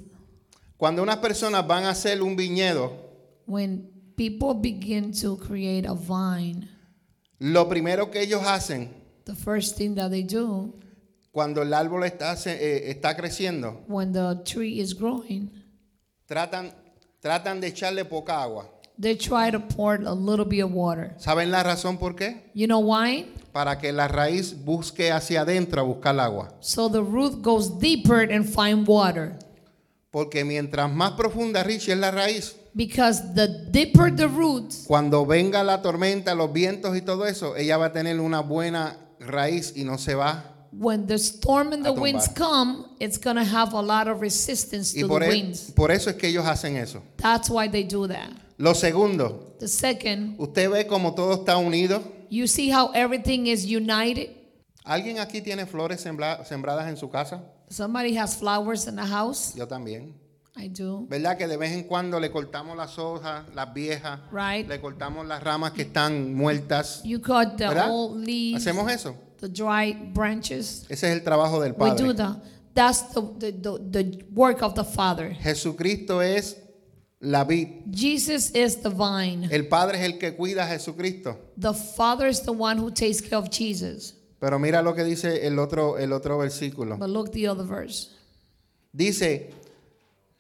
S1: Cuando unas personas van a hacer un viñedo,
S2: When people begin to create a vine,
S1: lo primero que ellos hacen
S2: the first thing that they do
S1: cuando el árbol está, se- eh, está creciendo,
S2: when the tree is growing,
S1: tratan, tratan de echarle poca agua.
S2: they try to pour a little bit of water.
S1: ¿Saben la razón por qué?
S2: You know why?
S1: para que la raíz busque hacia adentro a buscar agua.
S2: So the root goes deeper and find water.
S1: Porque mientras más profunda, Richie, es la raíz,
S2: Because the deeper the root,
S1: cuando venga la tormenta, los vientos y todo eso, ella va a tener una buena raíz y no se va.
S2: when the storm and the
S1: A tumbar.
S2: winds come, it's gonna have a lot of resistance
S1: Y
S2: to
S1: por,
S2: the
S1: e-
S2: winds.
S1: por eso es que ellos hacen eso.
S2: That's why they do that.
S1: Lo segundo,
S2: The second,
S1: usted ve como todo está unido.
S2: you see how everything is united.
S1: ¿Alguien aquí tiene flores sembla- sembradas en su casa?
S2: Somebody has flowers in the house.
S1: Yo también.
S2: I do.
S1: ¿Verdad que de vez en cuando le cortamos las hojas, las viejas?
S2: Right.
S1: Le cortamos las ramas que están muertas.
S2: You cut the
S1: ¿Verdad?
S2: old leaves,
S1: Hacemos eso.
S2: the dry branches.
S1: Ese es el trabajo del
S2: We do
S1: Padre.
S2: that. That's the, the, the, the work of the Father.
S1: Jesucristo es la vid.
S2: Jesus is the vine.
S1: El Padre es el que cuida a Jesucristo.
S2: The Father is the one who takes care of Jesus.
S1: Pero mira lo que dice el otro, el otro versículo.
S2: But look the other verse.
S1: Dice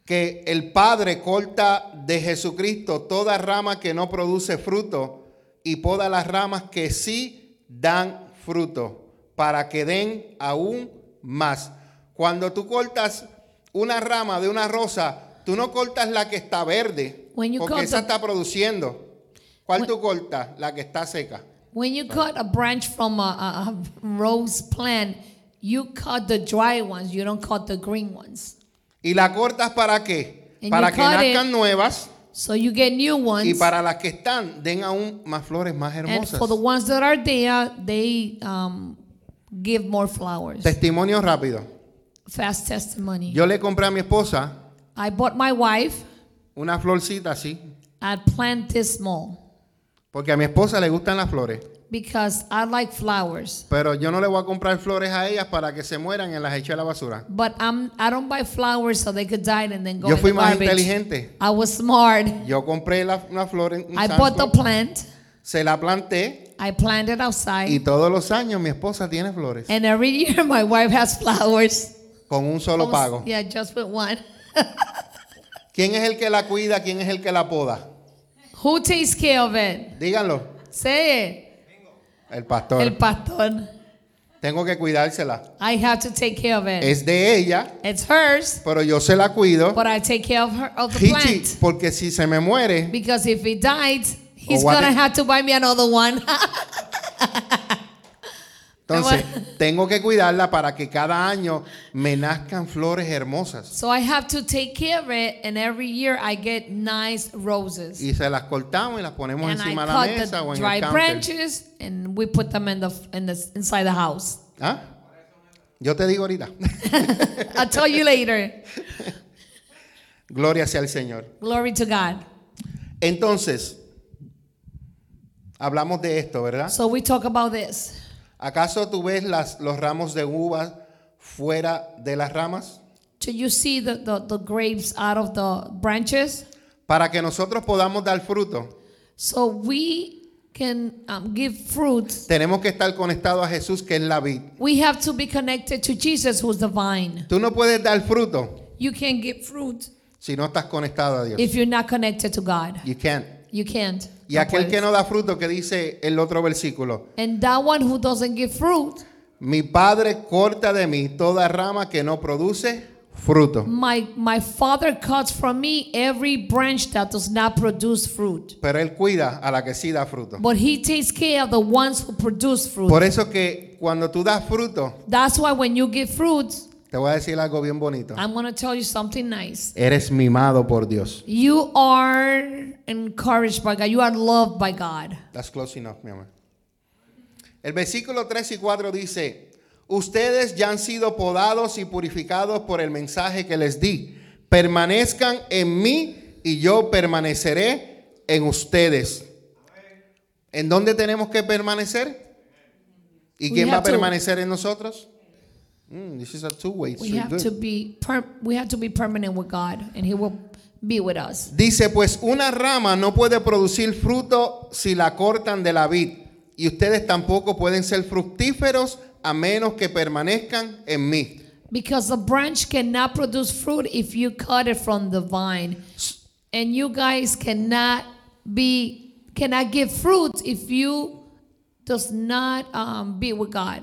S1: que el Padre corta de Jesucristo toda rama que no produce fruto y poda las ramas que sí dan fruto para que den aún más. Cuando tú cortas una rama de una rosa, tú no cortas la que está verde,
S2: When you
S1: porque
S2: cut
S1: esa
S2: the-
S1: está produciendo. ¿Cuál
S2: When-
S1: tú cortas? La que está seca.
S2: When you cut a branch from a, a, a rose plant, you cut the dry ones. You don't cut the green ones.
S1: ¿Y la cortas para qué?
S2: And
S1: Para
S2: you
S1: que
S2: cut it-
S1: nazcan nuevas
S2: So you get new
S1: Y
S2: ones.
S1: para las que están, den aún más flores más
S2: And
S1: hermosas.
S2: for the ones that are there, they um, give more flowers.
S1: Testimonio rápido.
S2: Fast testimony.
S1: Yo le compré a mi esposa
S2: I bought my wife
S1: una florcita así,
S2: at Plantismal
S1: porque a mi esposa le gustan las flores.
S2: because I like flowers.
S1: Pero yo no le voy a comprar flores a ellas para que se mueran y las eche a la basura.
S2: But I'm, I don't buy flowers so they could die and then go
S1: Yo
S2: in
S1: fui
S2: the
S1: más
S2: garbage.
S1: inteligente.
S2: I was smart.
S1: Yo compré la, una flor, en un
S2: I
S1: santo,
S2: bought the plant.
S1: se la planté
S2: I planted
S1: y
S2: outside.
S1: todos los años mi esposa tiene flores
S2: And every year my wife has flowers.
S1: con un solo
S2: Almost-
S1: pago.
S2: Yeah, just with one.
S1: ¿Quién es el que la cuida? ¿Quién es el que la poda?
S2: Who takes care of it?
S1: Díganlo.
S2: Say it.
S1: El pastor.
S2: El pastor.
S1: Tengo que cuidársela.
S2: I have to take care of it.
S1: Es de ella,
S2: It's hers,
S1: pero yo se la cuido.
S2: but I take care of her of the
S1: Hichi,
S2: plant.
S1: porque si se me muere,
S2: Because if he died, he's
S1: what
S2: gonna
S1: if-
S2: have to buy me another one.
S1: entonces tengo que cuidarla para que cada año me nazcan flores hermosas.
S2: so I have to take care of it, and every year I get nice roses.
S1: Y se las cortamos y las ponemos
S2: And I
S1: encima de la
S2: cut
S1: mesa
S2: the
S1: o en
S2: dry
S1: el counter.
S2: branches, and we put them in the in the inside the house.
S1: ¿Ah? Yo te digo ahorita.
S2: I'll tell you later.
S1: Gloria sea al Señor.
S2: Glory to God.
S1: Entonces, hablamos de esto, ¿verdad?
S2: So we talk about this.
S1: ¿Acaso tú ves las, los ramos de uva fuera de las ramas?
S2: Do you see the, the, the grapes out of the branches?
S1: Para que nosotros podamos dar fruto,
S2: So we can um, give fruits
S1: tenemos que estar conectados a Jesús, que es la vid.
S2: We have to be connected to Jesus, who's the vine.
S1: Tú no puedes dar fruto
S2: You can't get fruit
S1: si no estás conectado a Dios.
S2: if you're not connected to God.
S1: You can't.
S2: You can't.
S1: Y
S2: No
S1: aquel que
S2: puedes.
S1: no da fruto, que dice el otro versículo,
S2: And that one who doesn't give fruit,
S1: mi Padre corta de mí toda rama que no produce fruto.
S2: my my Father cuts from me every branch that does not produce fruit.
S1: Pero Él cuida a la que sí da fruto.
S2: But He takes care of the ones who produce fruit.
S1: Por eso que cuando tú das fruto,
S2: That's why when you give fruit,
S1: te voy a decir algo bien bonito.
S2: I'm gonna tell you something nice.
S1: Eres mimado por Dios.
S2: You are encouraged by God. You are loved by God.
S1: That's close enough, mi amor. El versículo 3 y 4 dice, ustedes ya han sido podados y purificados por el mensaje que les di. Permanezcan en mí y yo permaneceré en ustedes. ¿En dónde tenemos que permanecer? ¿Y
S2: We
S1: quién va a
S2: have to-
S1: permanecer en nosotros? Mm, this is a two-way
S2: We
S1: street.
S2: have
S1: Good.
S2: to be per- we have to be permanent with God, and He will be with us.
S1: Dice, pues una rama no puede producir fruto si la cortan de la vid, y ustedes tampoco pueden ser fructíferos a menos que permanezcan en mí.
S2: Because the branch cannot produce fruit if you cut it from the vine. And you guys cannot be cannot give fruit if you does not um, be with God.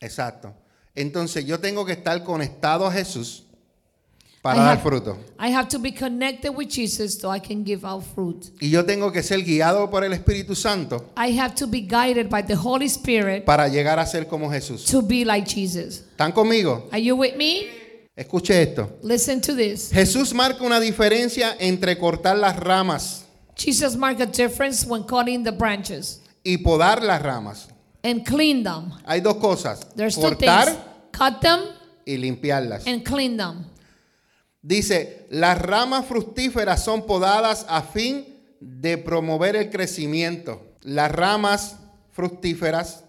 S1: Exacto. Entonces yo tengo que estar conectado a Jesús
S2: I
S1: para dar
S2: have-
S1: fruto.
S2: I have to be connected with Jesus so I can give out fruit.
S1: Y yo tengo que ser guiado por el Espíritu Santo
S2: I have to be guided by the Holy Spirit
S1: para llegar a ser como Jesús.
S2: to be like Jesus.
S1: ¿Están conmigo?
S2: Are you with me?
S1: Escuche esto.
S2: Listen to this.
S1: Jesús marca una diferencia entre cortar las ramas
S2: Jesus marked a difference when cutting the branches
S1: y podar las ramas.
S2: and clean them.
S1: Hay dos cosas.
S2: There's two things.
S1: Cortar
S2: Cut them
S1: y limpiarlas.
S2: and clean them.
S1: Dice, las ramas fructíferas son podadas a fin de promover el crecimiento. Las ramas fructíferas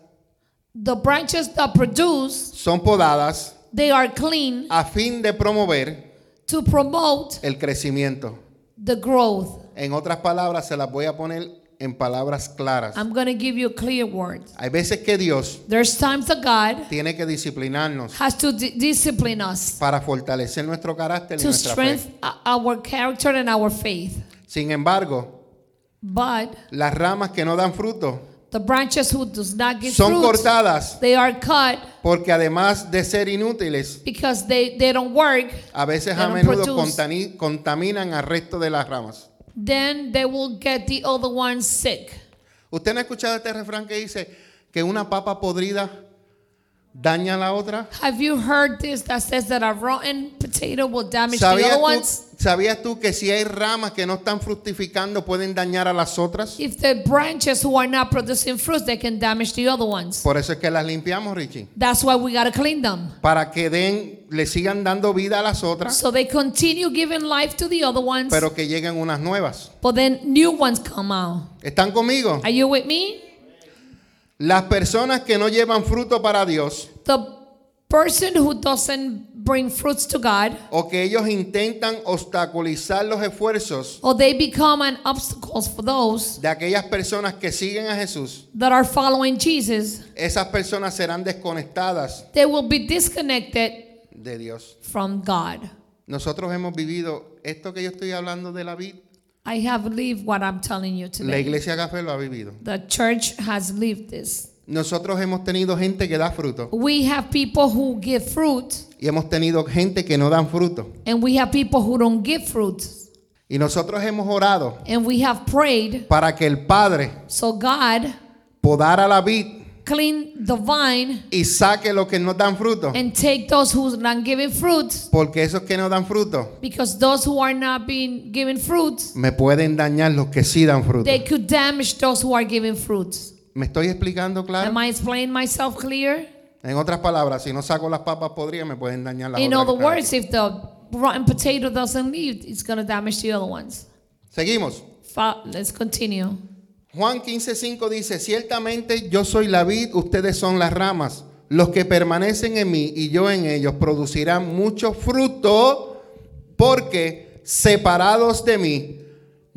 S2: The branches that produce,
S1: son podadas
S2: they are clean
S1: a fin de promover
S2: to promote
S1: el crecimiento.
S2: the growth.
S1: En otras palabras, se las voy a poner en palabras claras.
S2: I'm going to give you clear words.
S1: Hay veces que Dios
S2: There's times that God
S1: tiene que disciplinarnos
S2: has to di- discipline us
S1: para fortalecer nuestro carácter y
S2: to
S1: nuestra fe.
S2: strengthen o- our character and our faith.
S1: Sin embargo,
S2: But
S1: las ramas que no dan fruto
S2: the branches who does not give
S1: son
S2: fruit,
S1: cortadas
S2: they are cut
S1: porque además de ser inútiles,
S2: because they, they don't work.
S1: A veces
S2: They
S1: a
S2: don't
S1: menudo
S2: produce.
S1: contani- contaminan al resto de las ramas.
S2: Then they will get the other ones sick.
S1: ¿Usted no ha escuchado este refrán que dice que una papa podrida daña la otra?
S2: Have you heard this that says that a rotten potato will damage the
S1: ¿Sabías
S2: other
S1: tú,
S2: ones?
S1: sabías tú que si hay ramas que no están fructificando pueden dañar a las otras?
S2: If the branches who are not producing fruits, they can damage the other ones.
S1: Por eso es que las limpiamos, Richie.
S2: That's why we gotta clean them.
S1: Para que den, le sigan dando vida a las otras,
S2: So they continue giving life to the other ones,
S1: pero que lleguen unas nuevas.
S2: but then new ones come out.
S1: ¿Están conmigo?
S2: Are you with me?
S1: Las personas que no llevan fruto para Dios
S2: The person who doesn't bring fruits to God,
S1: o que ellos intentan obstaculizar los esfuerzos
S2: or they become an obstacle for those
S1: de aquellas personas que siguen a Jesús,
S2: that are following Jesus.
S1: esas personas serán desconectadas
S2: They will be disconnected
S1: de Dios.
S2: from God.
S1: Nosotros hemos vivido esto que yo estoy hablando de la vid.
S2: I have lived what I'm telling you
S1: La
S2: today.
S1: iglesia café lo ha vivido.
S2: The church has lived this.
S1: Nosotros hemos tenido gente que da fruto
S2: We have people who give fruit,
S1: y hemos tenido gente que no dan fruto.
S2: and we have people who don't give fruit.
S1: Y nosotros hemos orado
S2: And we have prayed
S1: para que el Padre
S2: so God
S1: podara la vid
S2: clean the vine
S1: y saque los que no dan fruto.
S2: and take those who are not giving fruit,
S1: Porque esos que no dan fruto
S2: because those who are not being given fruit,
S1: me pueden dañar los que sí dan fruto.
S2: they could damage those who are giving fruit.
S1: ¿Me estoy explicando claro?
S2: Am I explaining myself clear?
S1: En otras palabras, si no saco las papas podrías, me pueden dañar las
S2: In
S1: otras
S2: other
S1: que están
S2: words,
S1: aquí.
S2: if the rotten potato doesn't leave, it's gonna damage the other ones.
S1: Seguimos.
S2: Fa- Let's continue.
S1: Juan 15:5 dice, ciertamente yo soy la vid, ustedes son las ramas. Los que permanecen en mí y yo en ellos producirán mucho fruto porque separados de mí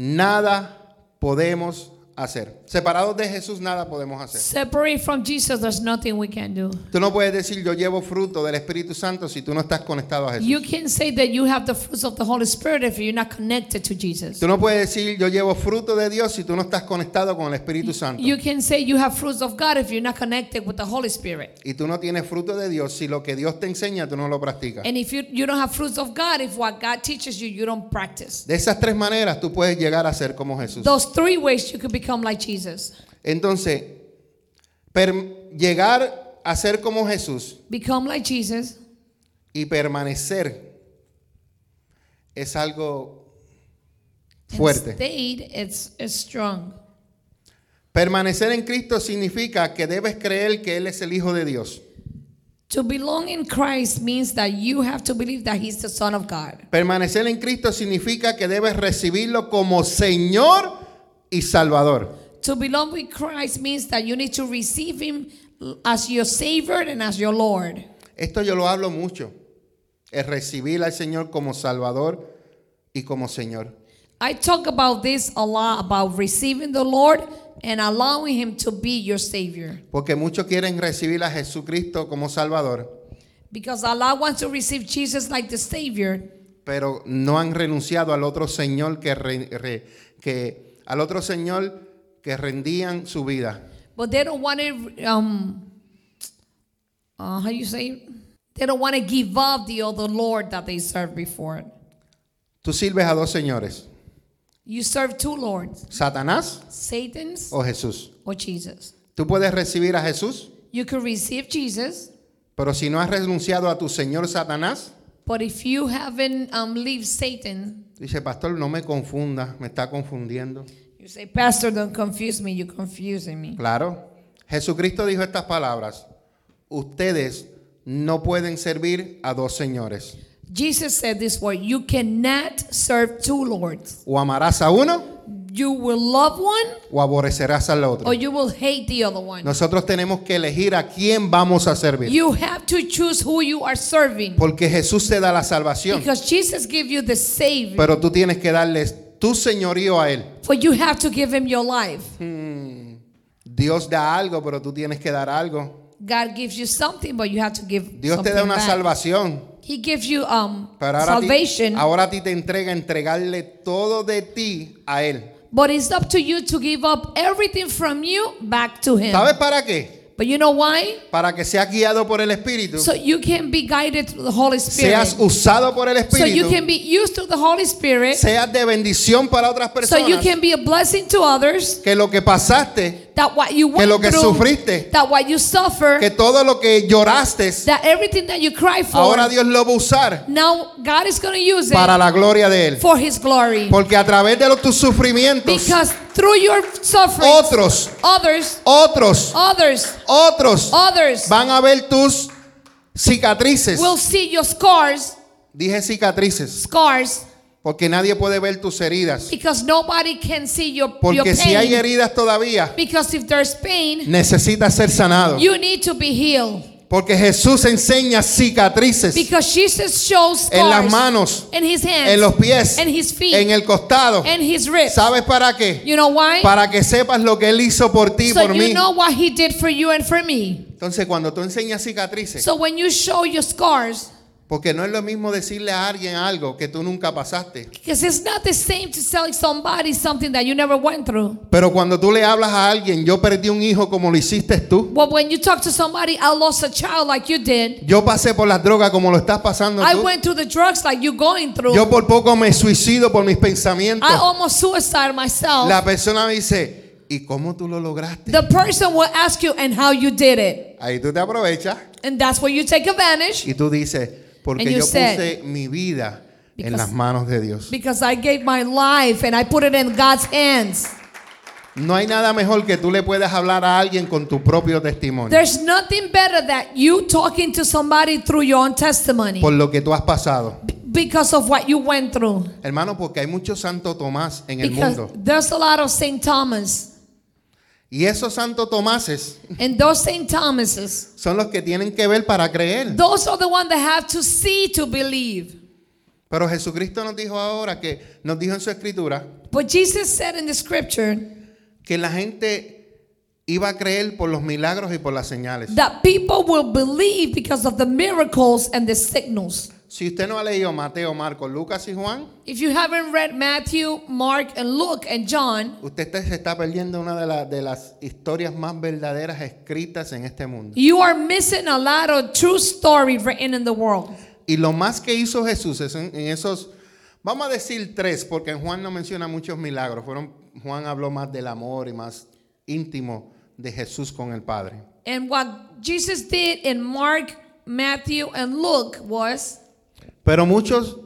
S1: nada podemos hacer. Separados de Jesús nada podemos hacer.
S2: Separate from Jesus, there's nothing we can do.
S1: Tú no puedes decir yo llevo fruto del Espíritu Santo si tú no estás conectado a Jesús.
S2: You can say that you have the fruits of the Holy Spirit if you're not connected to Jesus.
S1: Tú no puedes decir yo llevo fruto de Dios si tú no estás conectado con el Espíritu Santo.
S2: You can say you have fruits of God if you're not connected with the Holy Spirit.
S1: Y tú no tienes fruto de Dios si lo que Dios te enseña tú no lo practicas.
S2: And if you, you don't have fruits of God, if what God teaches you, you don't practice.
S1: De esas tres maneras tú puedes llegar a ser como Jesús.
S2: Those three ways you could become like Jesus.
S1: Entonces, per- llegar a ser como Jesús
S2: Become like Jesus
S1: y permanecer es algo
S2: and
S1: fuerte.
S2: stayed, it's, it's strong.
S1: Permanecer en Cristo significa que debes creer que Él es el Hijo de Dios.
S2: To belong in Christ means that you have to believe that He's the Son of God.
S1: Permanecer en Cristo significa que debes recibirlo como Señor y Salvador.
S2: To belong with Christ means that you need to receive Him as your Savior and as your Lord.
S1: Esto yo lo hablo mucho. Es recibir al Señor como Salvador y como Señor.
S2: I talk about this a lot about receiving the Lord and allowing Him to be your Savior.
S1: Porque muchos quieren recibir a Jesucristo como Salvador,
S2: Because Allah wants to receive Jesus like the Savior,
S1: pero no han renunciado al otro Señor que, re- re- que- al otro Señor que rendían su vida.
S2: but they don't want to, um, uh, how you say it? They don't want to give up the other Lord that they served before.
S1: Tú sirves a dos señores,
S2: You serve two Lords,
S1: Satanás
S2: Satan's
S1: o Jesús.
S2: or Jesus.
S1: Tú puedes recibir a Jesús,
S2: You could receive Jesus,
S1: pero si no has renunciado a tu Señor Satanás,
S2: but if you haven't um, leave Satan,
S1: dice, pastor, no me confunda, me está confundiendo.
S2: you say, Pastor, don't confuse me. You're confusing me.
S1: Claro, Jesucristo dijo estas palabras, ustedes no pueden servir a dos señores.
S2: Jesus said this word You cannot serve two Lords.
S1: O amarás a uno
S2: You will love one
S1: o aborrecerás al otro.
S2: or you will hate the other one.
S1: Nosotros tenemos que elegir a quién vamos a servir.
S2: You have to choose who you are serving
S1: Porque Jesús te da la salvación,
S2: because Jesus gave you the save,
S1: pero tú tienes que darles tu señorío a Él.
S2: but you have to give him your life.
S1: Dios da algo, pero tú tienes que dar algo.
S2: God gives you something, but you have to give
S1: Dios te
S2: something
S1: da una
S2: back.
S1: salvación,
S2: He gives you um
S1: pero ahora, a ti-
S2: salvation,
S1: ahora a ti te entrega entregarle todo de ti a Él.
S2: but it's up to you to give up everything from you back to him.
S1: ¿Sabes para qué?
S2: But you know why?
S1: Para que seas guiado por el Espíritu,
S2: So you can be guided through the Holy Spirit.
S1: seas usado por el
S2: So you
S1: Espíritu,
S2: can be used to the Holy Spirit.
S1: seas de bendición para otras
S2: So you
S1: personas,
S2: can be a blessing to others.
S1: que lo que pasaste
S2: that what you
S1: que
S2: went
S1: lo que
S2: through,
S1: sufriste,
S2: that what you suffer,
S1: que todo lo que lloraste,
S2: that everything that you cry for,
S1: ahora Dios lo va a usar
S2: now God is going to use it
S1: para la gloria de Él.
S2: for His glory.
S1: Porque a través de los, tus sufrimientos,
S2: Because through your suffering,
S1: otros,
S2: others,
S1: otros,
S2: others,
S1: otros
S2: Oh. others
S1: van a ver tus cicatrices.
S2: will see your scars,
S1: Dije cicatrices,
S2: scars,
S1: porque nadie puede ver tus heridas.
S2: because nobody can see your, your
S1: Porque
S2: pain.
S1: si hay heridas todavía,
S2: because if there's pain,
S1: necesitas ser sanado.
S2: you need to be healed.
S1: Porque Jesús enseña cicatrices
S2: Because Jesus shows
S1: en las
S2: scars
S1: manos,
S2: in his hands,
S1: en los pies,
S2: and his feet,
S1: en el costado.
S2: and his ribs.
S1: ¿Sabes para qué?
S2: You know why?
S1: Para que sepas lo que Él hizo por ti y
S2: so
S1: por
S2: you
S1: mí.
S2: know what he did for you and for me.
S1: Entonces, cuando tú enseñas cicatrices,
S2: So when you show your scars,
S1: porque no es lo mismo decirle a alguien algo que tú nunca pasaste.
S2: because it's not the same to tell somebody something that you never went through.
S1: Pero cuando tú le hablas a alguien, yo perdí un hijo como lo hiciste tú.
S2: But when you talk to somebody, I lost a child like you did.
S1: Yo pasé por las drogas como lo estás pasando
S2: I
S1: tú.
S2: went through the drugs like you're going through.
S1: Yo por poco me suicido por mis pensamientos.
S2: I almost suicide myself.
S1: La persona me dice, ¿y cómo tú lo lograste?
S2: the person will ask you and how you did it.
S1: Ahí tú te aprovechas
S2: And that's where you take advantage
S1: y tú dices, porque
S2: And you
S1: yo
S2: said,
S1: puse mi vida en
S2: because-
S1: las manos de Dios.
S2: because I gave my life and I put it in God's hands.
S1: No hay nada mejor que tú le puedas hablar a alguien con tu propio testimonio,
S2: There's nothing better that you talking to somebody through your own testimony
S1: por lo que tú has pasado.
S2: b- because of what you went through.
S1: Hermano, porque hay mucho Santo Tomás en el
S2: Because
S1: mundo.
S2: there's a lot of St. Thomas.
S1: Y esos Santo Tomases
S2: And those St. Thomases,
S1: son los que tienen que ver para creer.
S2: those are the ones that have to see to believe.
S1: Pero Jesucristo nos dijo ahora que nos dijo en su escritura
S2: But Jesus said in the scripture
S1: que la gente iba a creer por los milagros y por las señales.
S2: that people will believe because of the miracles and the signals.
S1: Si usted no ha leído Mateo, Marcos, Lucas y Juan,
S2: If you haven't read Matthew, Mark, and Luke, and John,
S1: usted está- se está perdiendo una de, la- de las historias más verdaderas escritas en este mundo.
S2: you are missing a lot of true story written in the world.
S1: Y lo más que hizo Jesús es en, en esos, vamos a decir tres, porque en Juan no menciona muchos milagros. Fueron, Juan habló más del amor y más íntimo de Jesús con el Padre.
S2: And what Jesus did in Mark, Matthew, and Luke was
S1: Pero muchos,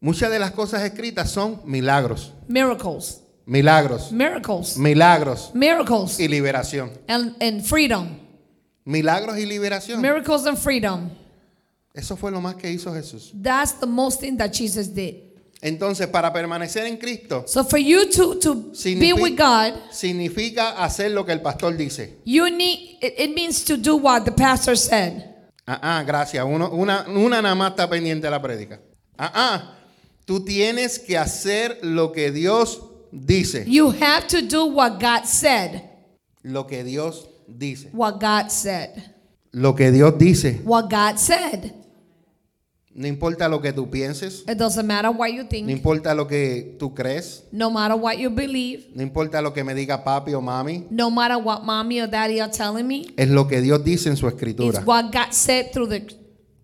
S1: muchas de las cosas escritas son milagros,
S2: miracles,
S1: milagros,
S2: miracles,
S1: milagros
S2: miracles,
S1: y liberación.
S2: and, and freedom.
S1: Milagros y liberación.
S2: Miracles and freedom.
S1: Eso fue lo más que hizo Jesús.
S2: That's the most thing that Jesus did.
S1: Entonces, para permanecer en Cristo,
S2: So for you to, to be
S1: Significa-
S2: with God,
S1: significa hacer lo que el pastor dice.
S2: you need it, it means to do what the pastor said.
S1: Ah, ah, gracias. Uno- una, una nada más está pendiente de la prédica. Ah, ah, tú tienes que hacer lo que Dios dice.
S2: You have to do what God said.
S1: Lo que Dios dice.
S2: What God said.
S1: Lo que Dios dice.
S2: What God said.
S1: No importa lo que tú pienses,
S2: It doesn't matter what you
S1: no
S2: think,
S1: importa lo que tú crees,
S2: no matter what you believe,
S1: no importa lo que me diga papi o mami,
S2: no matter what mommy or daddy are telling me.
S1: es lo que Dios dice en su
S2: It's
S1: escritura.
S2: what God said through the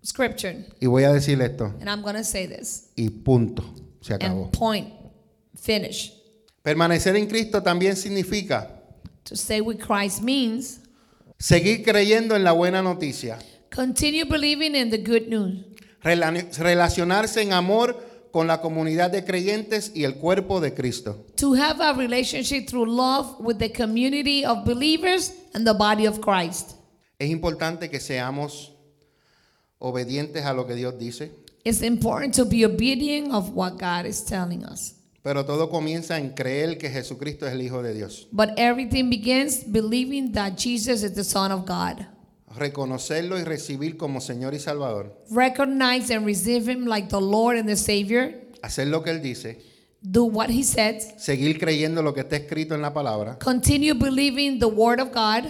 S2: scripture.
S1: Y voy a decir esto.
S2: And I'm going to say this.
S1: Y punto. Se acabó.
S2: And point, finish.
S1: Permanecer en Cristo también significa
S2: To stay with Christ means
S1: Seguir creyendo en la buena noticia.
S2: continue believing in the good news,
S1: Rela- Relacionarse en amor con la comunidad de creyentes y el cuerpo de Cristo.
S2: to have a relationship through love with the community of believers and the body of Christ.
S1: Es importante que seamos obedientes a lo que Dios dice,
S2: It's important to be obedient of what God is telling us.
S1: pero todo comienza en creer que Jesucristo es el Hijo de Dios.
S2: But everything begins believing that Jesus is the Son of God.
S1: Reconocerlo y recibir como Señor y Salvador.
S2: Recognize and receive Him like the Lord and the Savior.
S1: Hacer lo que Él dice.
S2: Do what He says.
S1: Seguir creyendo lo que está escrito en la palabra.
S2: Continue believing the Word of God.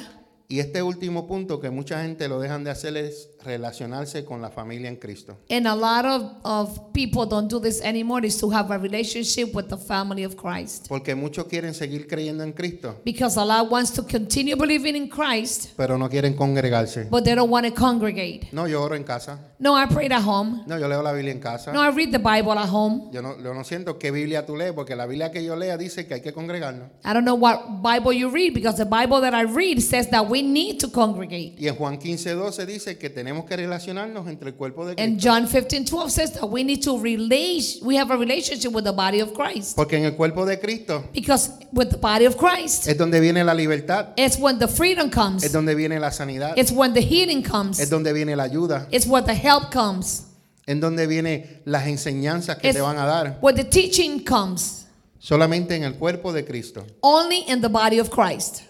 S1: Y este último punto que mucha gente lo dejan de hacer es relacionarse con la familia en Cristo.
S2: And a lot of, of people don't do this anymore is to have a relationship with the family of Christ.
S1: Porque muchos quieren seguir creyendo en Cristo,
S2: Because a lot wants to continue believing in Christ,
S1: pero no quieren congregarse.
S2: but they don't want to congregate.
S1: No, yo oro en casa.
S2: No, I prayed at home.
S1: No, yo leo la Biblia en casa.
S2: No, I read the Bible at home.
S1: Yo no, yo no siento qué Biblia tú lees, porque la Biblia que yo lea dice que hay que congregarnos.
S2: I don't know what Bible you read because the Bible that I read says that we need to congregate.
S1: Y en Juan 15, 12 dice que tenemos que relacionarnos entre el cuerpo de Cristo.
S2: And John 15 12 says that we need to relate, we have a relationship with the body of Christ.
S1: Porque en el cuerpo de Cristo
S2: Because with the body of Christ,
S1: es donde viene la libertad,
S2: it's when the freedom
S1: es
S2: comes,
S1: donde viene la sanidad,
S2: it's when the healing comes,
S1: es donde viene la ayuda,
S2: it's where the help comes,
S1: es donde vienen las enseñanzas que
S2: Es-
S1: te van a dar.
S2: where the teaching comes.
S1: Solamente en el cuerpo de Cristo.
S2: Only in the body of Christ.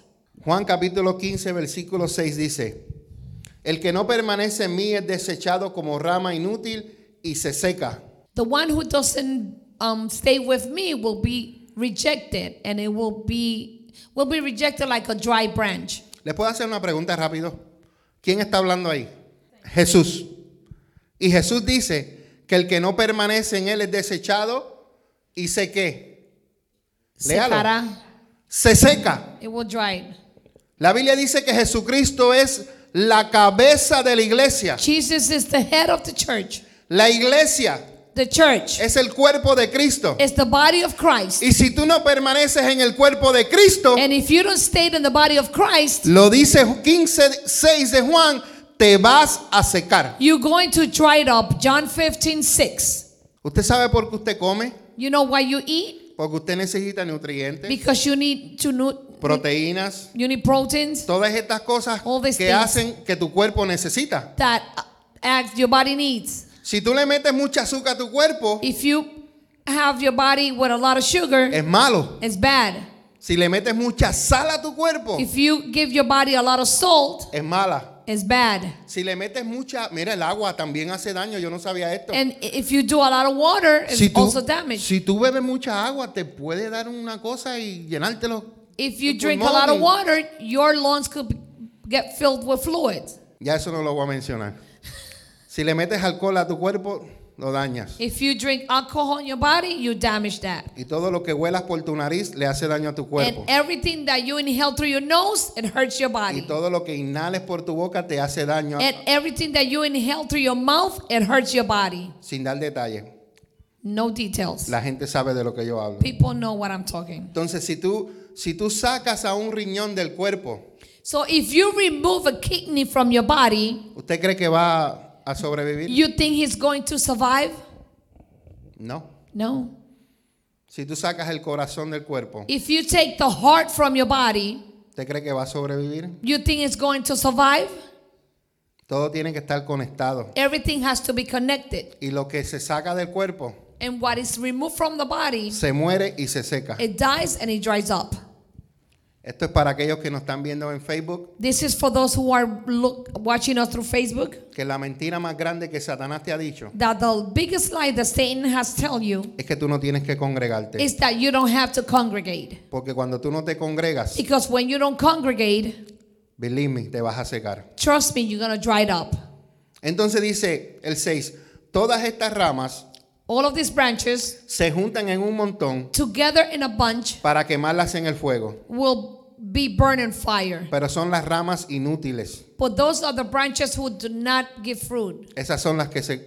S1: Juan capítulo 15, versículo 6 dice, el que no permanece en mí es desechado como rama inútil y se seca.
S2: The one who doesn't um, stay with me will be rejected, and it will be will be rejected like a dry branch.
S1: Les puedo hacer una pregunta rápido. ¿Quién está hablando ahí? Jesús. Y Jesús dice que el que no permanece en él es desechado y se qué? Léalo.
S2: Secará.
S1: Se seca.
S2: It will dry.
S1: La Biblia dice que Jesucristo es la cabeza de la iglesia.
S2: Jesus is the head of the church.
S1: La iglesia
S2: The church
S1: es el cuerpo de Cristo.
S2: is the body of Christ,
S1: Y si tú no permaneces en el cuerpo de Cristo,
S2: and if you don't stay in the body of Christ,
S1: lo dice 15, 6 de Juan, te vas a secar.
S2: you're going to dry it up. John 15, 6.
S1: ¿Usted sabe por qué usted come?
S2: You know why you eat?
S1: Porque usted necesita nutrientes,
S2: Because you need to nu-
S1: proteínas,
S2: you need proteins
S1: todas estas cosas
S2: All these
S1: que
S2: things.
S1: hacen que tu cuerpo necesita.
S2: that uh, acts- your body needs.
S1: Si tú le metes mucha azúcar a tu cuerpo,
S2: If you have your body with a lot of sugar,
S1: es malo.
S2: it's bad.
S1: Si le metes mucha sal a tu cuerpo,
S2: If you give your body a lot of salt,
S1: es mala.
S2: it's bad.
S1: Si le metes mucha, mira, el agua también hace daño, yo no sabía esto.
S2: And if you do a lot of water, it's
S1: Si tú,
S2: also damaged.
S1: si tú bebes mucha agua, te puede dar una cosa y llenarte los...
S2: If you
S1: tu
S2: drink a
S1: pulmón
S2: lot of
S1: y-
S2: water, your lungs could be- get filled with fluid.
S1: Ya eso no lo voy a mencionar. Si le metes alcohol a tu cuerpo, lo dañas.
S2: If you drink alcohol in your body, you damage that.
S1: Y todo lo que huelas por tu nariz le hace daño a tu cuerpo.
S2: And everything that you inhale through your nose, it hurts your
S1: Y
S2: body.
S1: todo lo que inhales por tu boca te hace daño a-
S2: And everything that you inhale through your mouth, it hurts your body.
S1: sin dar detalle.
S2: No details.
S1: La gente sabe de lo que yo hablo.
S2: People know what I'm talking.
S1: Entonces, si tú, si tú sacas a un riñón del cuerpo,
S2: So if you remove a kidney from your body,
S1: ¿usted cree que va a sobrevivir?
S2: you think he's going to survive?
S1: No.
S2: No.
S1: Si tú sacas el corazón del cuerpo,
S2: If you take the heart from your body,
S1: ¿usted cree que va a sobrevivir?
S2: you think it's going to survive?
S1: Todo tiene que estar conectado.
S2: Everything has to be connected.
S1: Y lo que se saca del cuerpo
S2: And what is removed from the body,
S1: se muere y se seca.
S2: it dies and it dries up.
S1: Esto es para aquellos que nos están viendo en Facebook,
S2: This is for those who are look, watching us through Facebook
S1: que la mentira más grande que Satanás te ha dicho
S2: that the biggest lie that Satan has told you
S1: es que tú no tienes que congregarte.
S2: is that you don't have to congregate.
S1: Porque cuando tú no te congregas,
S2: Because when you don't congregate,
S1: believe me, te vas a secar.
S2: trust me, you're going to dry it up.
S1: Entonces dice el 6, todas estas ramas
S2: All of these branches
S1: se juntan en un montón
S2: together in a bunch
S1: para quemarlas en el fuego,
S2: will be burning fire.
S1: pero son las ramas inútiles.
S2: But those are the branches who do not give fruit.
S1: Esas son las que se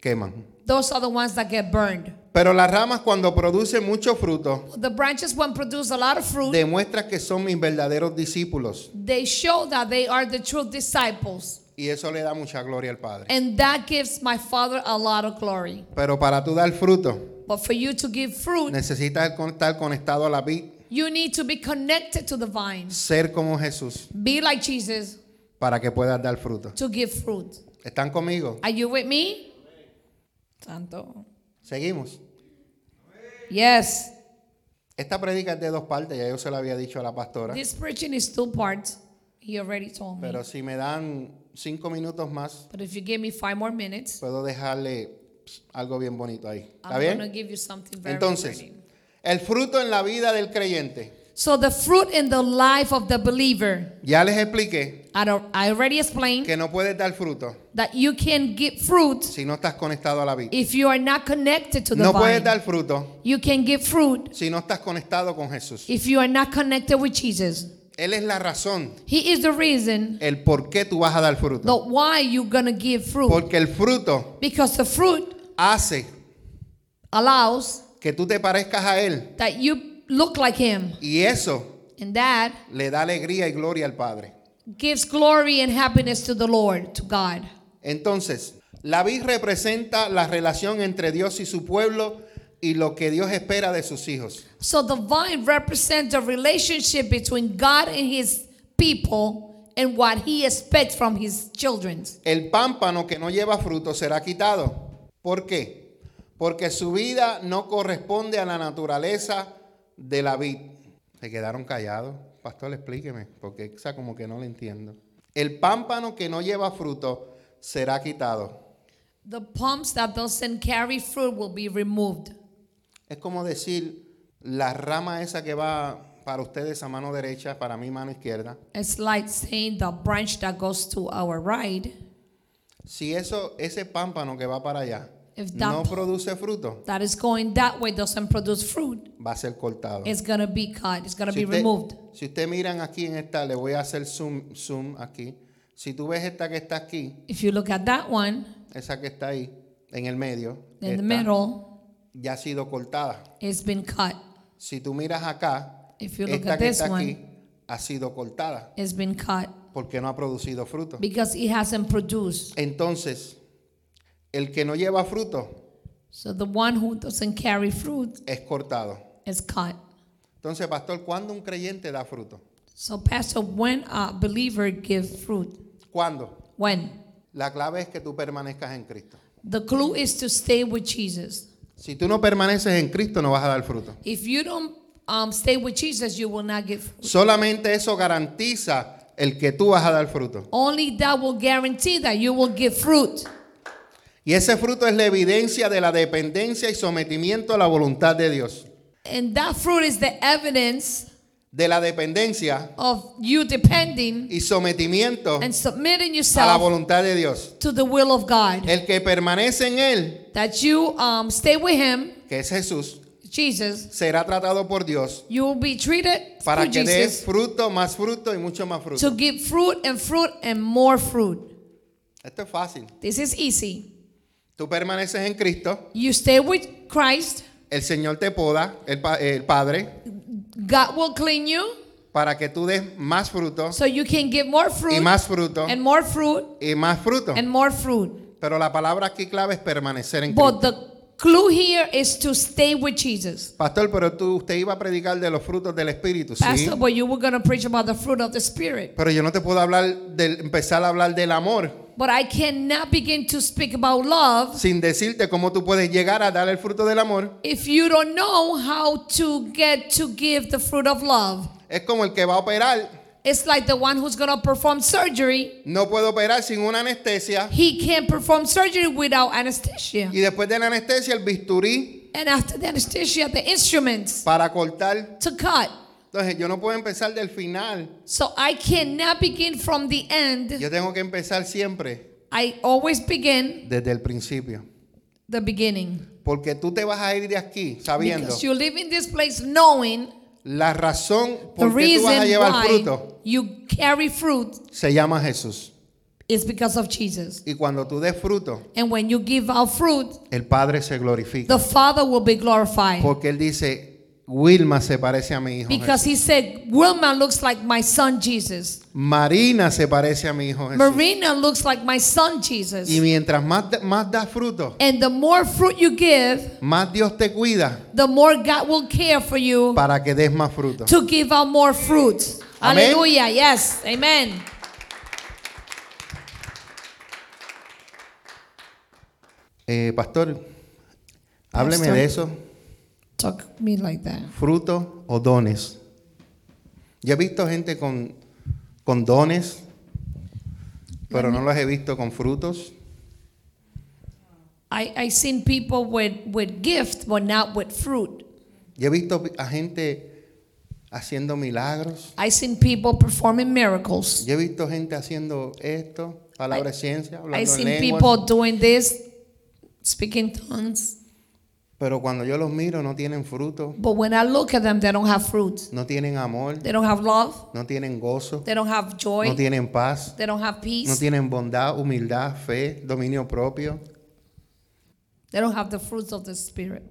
S1: queman.
S2: Those are the ones that get burned.
S1: Pero las ramas cuando producen mucho fruto,
S2: The branches, when produce a lot of fruit,
S1: demuestran que son mis verdaderos discípulos.
S2: they show that they are the true disciples.
S1: Y eso le da mucha gloria al Padre.
S2: And that gives my Father a lot of glory.
S1: Pero para tú dar fruto,
S2: But for you to give fruit,
S1: Necesitas con- estar conectado a la vid,
S2: you need to be connected to the vine.
S1: ser como Jesús
S2: Be like Jesus
S1: para que puedas dar fruto.
S2: to give fruit.
S1: ¿Están conmigo?
S2: Are you with me? Santo.
S1: Seguimos.
S2: Yes.
S1: Esta predica es de dos partes, ya yo se lo había dicho a la pastora.
S2: This preaching is two parts. He already told me.
S1: Pero si me dan cinco minutos más,
S2: But if you give me five more minutes,
S1: puedo dejarle ps, algo bien bonito ahí. ¿Está
S2: I'm going to
S1: bien?
S2: give you something very
S1: Entonces,
S2: pretty.
S1: el fruto en la vida del creyente.
S2: So the fruit in the life of the believer.
S1: Ya les expliqué
S2: I, don't- I already explained
S1: que no puedes dar fruto
S2: that you can give fruit
S1: si no estás conectado a la vida.
S2: if you are not connected to the
S1: No
S2: vine.
S1: puedes dar fruto
S2: You can give fruit
S1: si no estás conectado con Jesús.
S2: if you are not connected with Jesus.
S1: Él es la razón,
S2: He is the reason
S1: el por qué tú vas a dar
S2: the
S1: fruto.
S2: why you're gonna give fruit.
S1: Porque el fruto
S2: Because the fruit
S1: hace
S2: allows
S1: que tú te parezcas a Él
S2: that you look like him.
S1: y eso
S2: And that
S1: le da alegría y gloria al Padre.
S2: gives glory and happiness to the Lord, to God.
S1: Entonces, la vid representa la relación entre Dios y su pueblo y lo que Dios espera de sus hijos.
S2: So the vine represents the relationship between God and his people and what he expects from his children.
S1: El pámpano que no lleva fruto será quitado. ¿Por qué? Porque su vida no corresponde a la naturaleza de la vid. Se quedaron callados. Pastor, explíqueme, porque esa como que no lo entiendo. El pámpano que no lleva fruto será quitado.
S2: The palms that doesn't carry fruit will be removed.
S1: Es como decir, la rama esa que va para ustedes a mano derecha, para mí mano izquierda.
S2: It's like saying the branch that goes to our right,
S1: Si eso, ese pámpano que va para allá
S2: If that-
S1: no produce fruto,
S2: that is going that way, doesn't produce fruit.
S1: va a ser cortado.
S2: It's gonna be cut. It's gonna
S1: Si
S2: be
S1: usted-
S2: removed.
S1: si usted miran aquí en esta, le voy a hacer zoom, zoom aquí. Si tú ves esta que está aquí,
S2: If you look at that one
S1: esa que está ahí, en el medio,
S2: in the
S1: esta,
S2: middle,
S1: ya ha sido cortada.
S2: it's been cut.
S1: Si tú miras acá,
S2: If you look
S1: esta
S2: at
S1: que
S2: this
S1: está
S2: one.
S1: aquí ha sido cortada
S2: It's been cut
S1: porque no ha producido fruto.
S2: because it hasn't produced.
S1: Entonces, el que no lleva fruto
S2: So the one who doesn't carry fruit
S1: es cortado.
S2: is cut.
S1: Entonces, pastor, ¿cuándo un creyente da fruto?
S2: So pastor, when a believer gives fruit,
S1: ¿Cuándo?
S2: when?
S1: La clave es que tú permanezcas en Cristo.
S2: The clue is to stay with Jesus.
S1: Si tú no permaneces en Cristo, no vas a dar fruto.
S2: If you don't um, stay with Jesus, you will not get fruit.
S1: Solamente eso garantiza el que tú vas a dar fruto.
S2: Only that will guarantee that you will give fruit.
S1: Y ese fruto es la evidencia de la dependencia y sometimiento a la voluntad de Dios.
S2: And that fruit is the evidence
S1: De la dependencia
S2: of you depending
S1: y sometimiento
S2: and submitting
S1: a la
S2: yourself
S1: voluntad de Dios.
S2: to the will of God.
S1: El que permanece en Él,
S2: That you um, stay with Him,
S1: que es Jesús,
S2: Jesus.
S1: será tratado por Dios
S2: You will be treated
S1: para
S2: through
S1: que dé
S2: Jesus
S1: fruto, más fruto y mucho más
S2: to
S1: fruto.
S2: give fruit and fruit and more fruit.
S1: Esto es fácil.
S2: This is easy.
S1: Tú permaneces en Cristo,
S2: You stay with Christ,
S1: el Señor te poda, el, pa- el Padre,
S2: God will clean you
S1: para que tú des más fruto
S2: so you can give more fruit
S1: y más fruto
S2: and more fruit
S1: y más fruto.
S2: and more fruit.
S1: Pero la palabra aquí clave es permanecer en
S2: But
S1: Cristo.
S2: the clue here is to stay with Jesus.
S1: Pastor, pero tú, usted iba a predicar de los frutos del Espíritu, sí.
S2: Pastor, but you were going to preach about the fruit of the Spirit.
S1: Pero yo no te puedo hablar del, empezar a hablar del amor
S2: But I cannot begin to speak about love
S1: sin decirte cómo tú puedes llegar a dar el fruto del amor.
S2: if you don't know how to get to give the fruit of love.
S1: Es como el que va a operar.
S2: It's like the one who's going to perform surgery.
S1: No puede operar sin una anestesia.
S2: He can perform surgery without anesthesia.
S1: Y después de la anestesia, el bisturí
S2: And after the anesthesia, the instruments
S1: para cortar.
S2: to cut.
S1: Entonces, yo no puedo empezar del final.
S2: So I cannot begin from the end.
S1: Yo tengo que empezar siempre
S2: I always begin
S1: desde el principio.
S2: the beginning.
S1: Porque tú te vas a ir de aquí sabiendo
S2: Because you live in this place knowing
S1: la razón
S2: the
S1: por qué tú vas a
S2: reason
S1: llevar
S2: why
S1: fruto.
S2: you carry fruit
S1: Se llama Jesús.
S2: is because of Jesus.
S1: Y cuando tú des fruto,
S2: And when you give out fruit,
S1: el Padre se glorifica.
S2: the Father will be glorified.
S1: Porque Él dice, Wilma se parece a mi hijo.
S2: Because
S1: Jesús.
S2: he said, Wilma looks like my son Jesus.
S1: Marina se parece a mi hijo. Jesús".
S2: Marina looks like my son Jesus.
S1: Y mientras más, da- más das fruto,
S2: And the more fruit you give,
S1: más Dios te cuida
S2: the more God will care for you
S1: para que des más fruto.
S2: to give out more fruit.
S1: Amén.
S2: Hallelujah. Yes. Amen.
S1: Eh, pastor, hábleme
S2: Pastor.
S1: de eso.
S2: Talk me like that.
S1: Fruto o dones. Yo he visto gente con, con dones, pero no los he visto con frutos.
S2: I I seen people with with gift but not with fruit.
S1: Yo he visto a gente, haciendo milagros.
S2: I seen people performing miracles.
S1: Yo he visto gente haciendo esto, palabra de ciencia,
S2: I
S1: hablando en
S2: seen
S1: lenguas.
S2: people doing this, speaking tongues.
S1: Pero cuando yo los miro, no tienen fruto,
S2: But when I look at them, they don't have fruit.
S1: no tienen amor,
S2: They don't have love.
S1: no tienen gozo,
S2: They don't have joy.
S1: no tienen paz,
S2: they don't have
S1: no
S2: peace.
S1: tienen bondad, humildad, fe, dominio propio.
S2: they don't have the fruits of the spirit.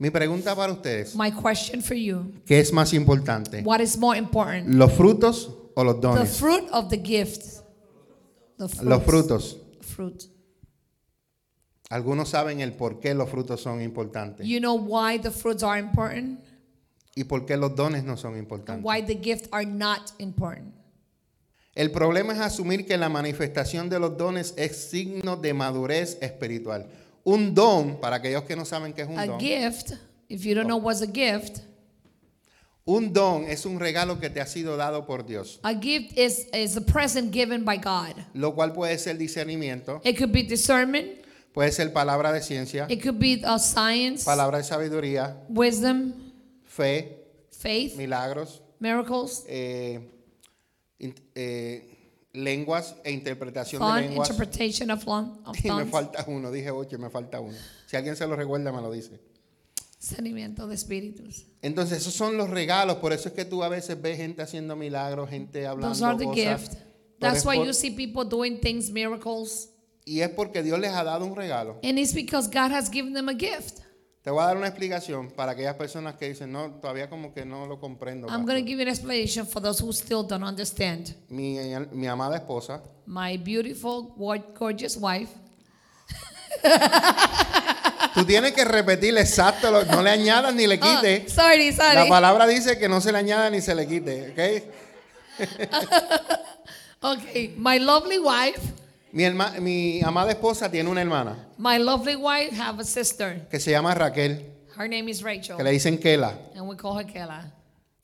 S1: Mi pregunta para ustedes,
S2: My question for you:
S1: ¿qué es más importante?
S2: What is more important,
S1: ¿Los frutos o los
S2: the
S1: dones?
S2: fruit of the gift? The fruit.
S1: Los frutos.
S2: Fruit.
S1: Algunos saben el por qué los frutos son importantes
S2: You know why the fruits are important
S1: y por qué los dones no son
S2: and
S1: importantes.
S2: why the gift are not important.
S1: El problema es asumir que la manifestación de los dones es signo de madurez espiritual. Un don, para aquellos que no saben qué es un
S2: A
S1: don,
S2: gift, if you don't know what's a gift,
S1: un don es un regalo que te ha sido dado por Dios,
S2: a gift is, is a present given by God.
S1: lo cual puede ser discernimiento,
S2: It could be discernment,
S1: puede ser palabra de ciencia,
S2: it could be uh, science,
S1: palabra de sabiduría,
S2: wisdom,
S1: fe,
S2: faith,
S1: milagros,
S2: miracles,
S1: eh, in- eh, lenguas e interpretación
S2: fun,
S1: de lenguas.
S2: interpretation of, lon- of
S1: Y me
S2: tongues,
S1: falta uno, dije ocho, y me falta uno. Si alguien se lo recuerda, me lo dice.
S2: discernimiento de espíritus.
S1: Entonces, esos son los regalos. Por eso es que tú a veces ves gente haciendo milagros, gente hablando
S2: Those are the
S1: cosas.
S2: gift.
S1: Pero
S2: That's
S1: es
S2: why
S1: por-
S2: you see people doing things, miracles,
S1: Y es porque Dios les ha dado un regalo.
S2: and it's because God has given them a gift.
S1: Te voy a dar una explicación para aquellas personas que dicen, no, todavía como que no lo comprendo.
S2: I'm
S1: pastor".
S2: going to give you an explanation for those who still don't understand.
S1: Mi, mi amada esposa
S2: My beautiful, wa- gorgeous wife.
S1: Tú tienes que repetir exacto, lo- no le añadas ni le
S2: Oh,
S1: quites.
S2: sorry,
S1: La
S2: sorry.
S1: palabra dice que no se le añada ni se le quite, ¿ok?
S2: Okay, my lovely wife.
S1: Mi, herma- mi amada esposa tiene una hermana
S2: My lovely wife have a sister.
S1: que se llama Raquel,
S2: Her name is Rachel,
S1: que le dicen Kela.
S2: and we call her Kela.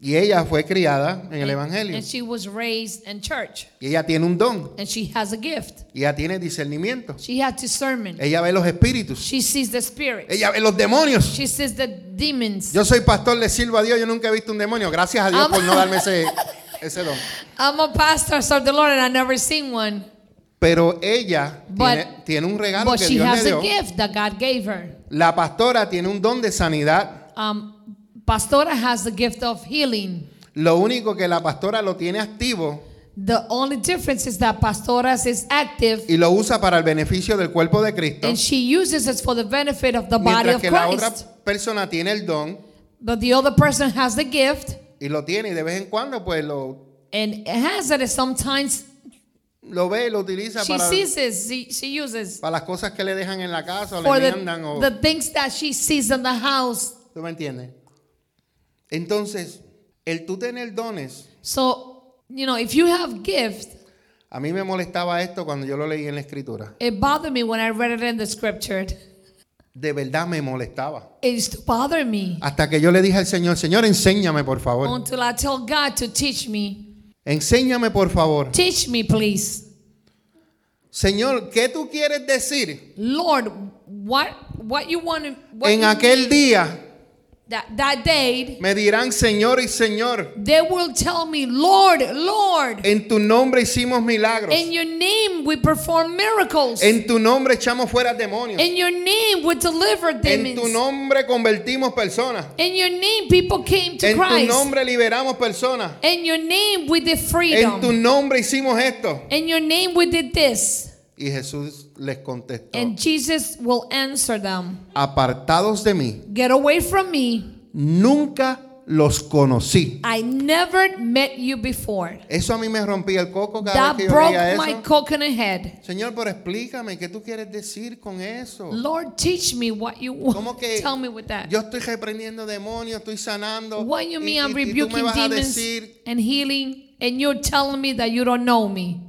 S1: Y ella fue criada en el Evangelio.
S2: And she was raised in church,
S1: Y ella tiene un don.
S2: and she has a gift.
S1: Y ella tiene discernimiento.
S2: She has discernment.
S1: Ella ve los espíritus.
S2: She sees the spirit.
S1: Ella ve los demonios.
S2: She sees the demons.
S1: Yo soy pastor, le sirvo a Dios. Yo nunca he visto un demonio. Gracias a Dios
S2: Am-
S1: por no darme ese, ese don.
S2: I'm a pastor, serve the Lord, and I never seen one.
S1: Pero ella
S2: But-
S1: tiene, tiene un regalo
S2: But
S1: que
S2: she
S1: Dios
S2: has
S1: le
S2: a
S1: dio.
S2: gift that God gave her.
S1: La pastora tiene un don de sanidad.
S2: Um, Pastora has the gift of healing.
S1: Lo único que la pastora lo tiene activo
S2: The only difference is that Pastoras is active
S1: y lo usa para el beneficio del cuerpo de Cristo.
S2: and she uses it for the benefit of the body
S1: Mientras
S2: of
S1: que la otra
S2: Christ.
S1: persona tiene el don
S2: But the other person has the gift
S1: y lo tiene y de vez en cuando pues lo,
S2: and has it, and sometimes
S1: lo ve y lo utiliza
S2: she
S1: para...
S2: sees it, she, she uses
S1: para las cosas que le dejan en la casa o
S2: for
S1: le
S2: the,
S1: mandan o
S2: the things that she sees in the house.
S1: tú me entiendes entonces el tú tener dones
S2: So, you know, if you have gift,
S1: a mí me molestaba esto cuando yo lo leí en la escritura
S2: it bothered me when I read it in the scripture.
S1: de verdad me molestaba
S2: It used to bother me
S1: hasta que yo le dije al Señor Señor enséñame por favor
S2: until I tell God to teach me.
S1: enséñame por favor
S2: Teach me, please.
S1: Señor ¿qué tú quieres decir
S2: Lord, what what you want to what
S1: en
S2: you
S1: aquel
S2: need
S1: día
S2: that, that day
S1: me dirán Señor y Señor
S2: they will tell me, Lord, Lord,
S1: en tu nombre hicimos milagros
S2: in your name we perform miracles.
S1: en tu nombre echamos fuera demonios
S2: in your name we deliver
S1: en
S2: demons.
S1: tu nombre convertimos personas
S2: in your name people came to
S1: En tu
S2: Christ.
S1: nombre liberamos personas.
S2: in your name we did
S1: En
S2: freedom.
S1: tu nombre hicimos esto.
S2: in your name we did this.
S1: Y Jesús les contestó,
S2: And Jesus will answer them.
S1: apartados de mí,
S2: Get away from me.
S1: nunca los conocí.
S2: I never met you before.
S1: Eso a mí me rompía el coco cada
S2: That
S1: vez que yo
S2: broke
S1: leía
S2: my
S1: eso.
S2: coconut head.
S1: Señor, pero explícame, ¿qué tú quieres decir con eso?
S2: Lord, teach me what you want.
S1: ¿Cómo que
S2: Tell me with that.
S1: yo estoy reprendiendo demonios, estoy sanando?
S2: what you
S1: y-
S2: mean I'm
S1: y, y tú me
S2: rebuking
S1: vas a
S2: demons
S1: decir...
S2: and healing, and you're telling me that you don't know me.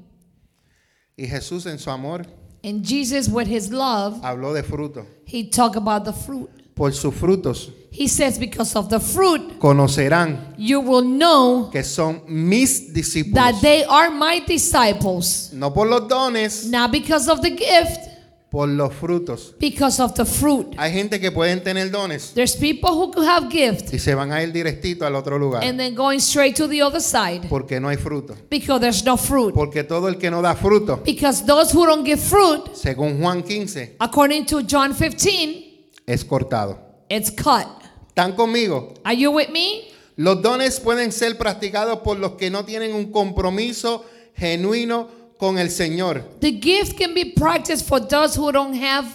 S1: Y Jesús en su amor
S2: And Jesus, with his love,
S1: habló de fruto.
S2: he talked about the fruit.
S1: Por sus frutos
S2: He says, because of the fruit,
S1: conocerán
S2: you will know
S1: que son mis discípulos.
S2: that they are my disciples.
S1: No por los dones,
S2: Not because of the gift,
S1: por los frutos.
S2: because of the fruit.
S1: Hay gente que pueden tener dones
S2: There's people who could have gift
S1: y se van a ir directito al otro lugar
S2: and then going straight to the other side
S1: porque no hay fruto.
S2: because there's no fruit.
S1: Porque todo el que no da fruto,
S2: Because those who don't give fruit,
S1: según Juan 15,
S2: according to John 15,
S1: es cortado.
S2: it's cut.
S1: ¿Están conmigo?
S2: Are you with me?
S1: Los dones pueden ser practicados por los que no tienen un compromiso genuino con el Señor.
S2: The gift can be practiced for those who don't have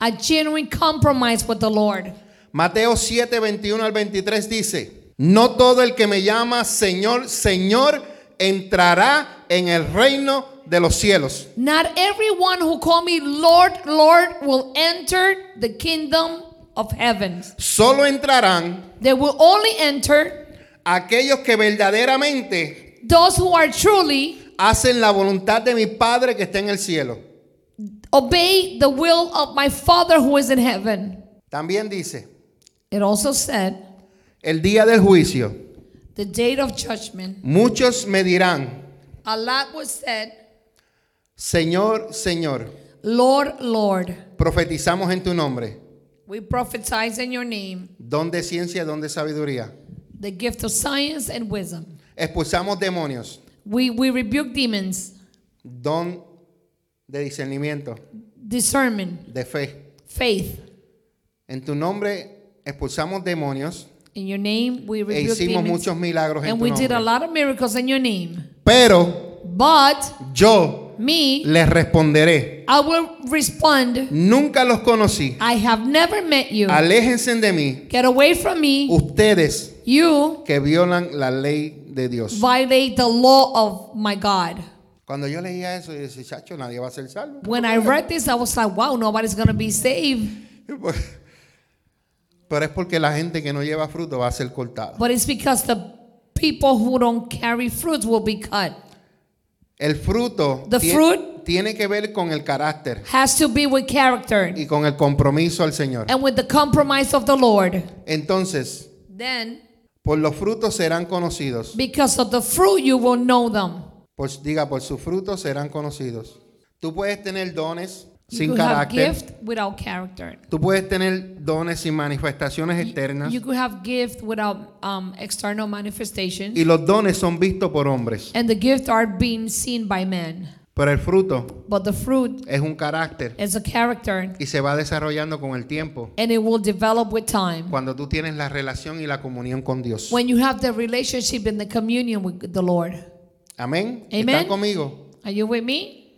S2: a genuine compromise with the Lord.
S1: Mateo 7, 21 al 23 dice, no todo el que me llama Señor, Señor, entrará en el reino de los cielos,
S2: Not everyone who call me Lord, Lord will enter the kingdom of heaven.
S1: solo entrarán
S2: They will only enter
S1: aquellos que verdaderamente
S2: those who are truly
S1: hacen la voluntad de mi Padre que está en el cielo.
S2: obey the will of my Father who is in heaven.
S1: También dice,
S2: It also said,
S1: el día del juicio,
S2: the date of judgment.
S1: muchos me dirán,
S2: A lot was said.
S1: Señor, Señor,
S2: Lord, Lord,
S1: profetizamos en tu nombre.
S2: we prophesize in your name
S1: Don de ciencia, don de sabiduría.
S2: the gift of science and wisdom.
S1: Expulsamos demonios.
S2: We, we rebuke demons,
S1: Don de discernimiento,
S2: discernment,
S1: de fe.
S2: faith.
S1: En tu nombre expulsamos demonios
S2: In your name, we
S1: e
S2: rebuke
S1: hicimos
S2: demons.
S1: muchos milagros en
S2: And
S1: tu
S2: we did a
S1: nombre.
S2: lot of miracles in your name.
S1: Pero
S2: But
S1: yo
S2: me,
S1: les responderé.
S2: I will respond,
S1: Nunca los conocí.
S2: I have never met you.
S1: Aléjense de mí.
S2: Get away from me.
S1: Ustedes
S2: You
S1: que violan la ley de Dios.
S2: violate the law of my God.
S1: Cuando yo leía eso, yo decía, chacho, nadie va a ser salvo.
S2: When I read this, I was like, wow, nobody's going to be saved.
S1: Pero es porque la gente que no lleva fruto va a ser cortada.
S2: But it's because the people who don't carry fruits will be cut.
S1: El fruto
S2: The
S1: tie-
S2: fruit-
S1: tiene que ver con el carácter
S2: has to be with character
S1: y con el compromiso al Señor.
S2: and with the compromise of the Lord.
S1: Entonces,
S2: Then,
S1: por los frutos serán conocidos.
S2: because of the fruit, you will know them.
S1: Pues diga, por sus frutos serán conocidos. Tú puedes tener dones
S2: You
S1: sin
S2: could
S1: carácter.
S2: have gift without character.
S1: Tú puedes tener dones sin manifestaciones externas.
S2: You could have gift without um, external manifestation.
S1: Y los dones son vistos por hombres.
S2: And the gift are being seen by men.
S1: Pero el fruto
S2: But the fruit
S1: es un carácter
S2: is a character
S1: y se va desarrollando con el tiempo.
S2: and it will develop with time.
S1: Cuando tú tienes la relación y la comunión con Dios.
S2: When you have the relationship and the communion with the Lord.
S1: Amén.
S2: Amen.
S1: ¿Están conmigo?
S2: Are you with me?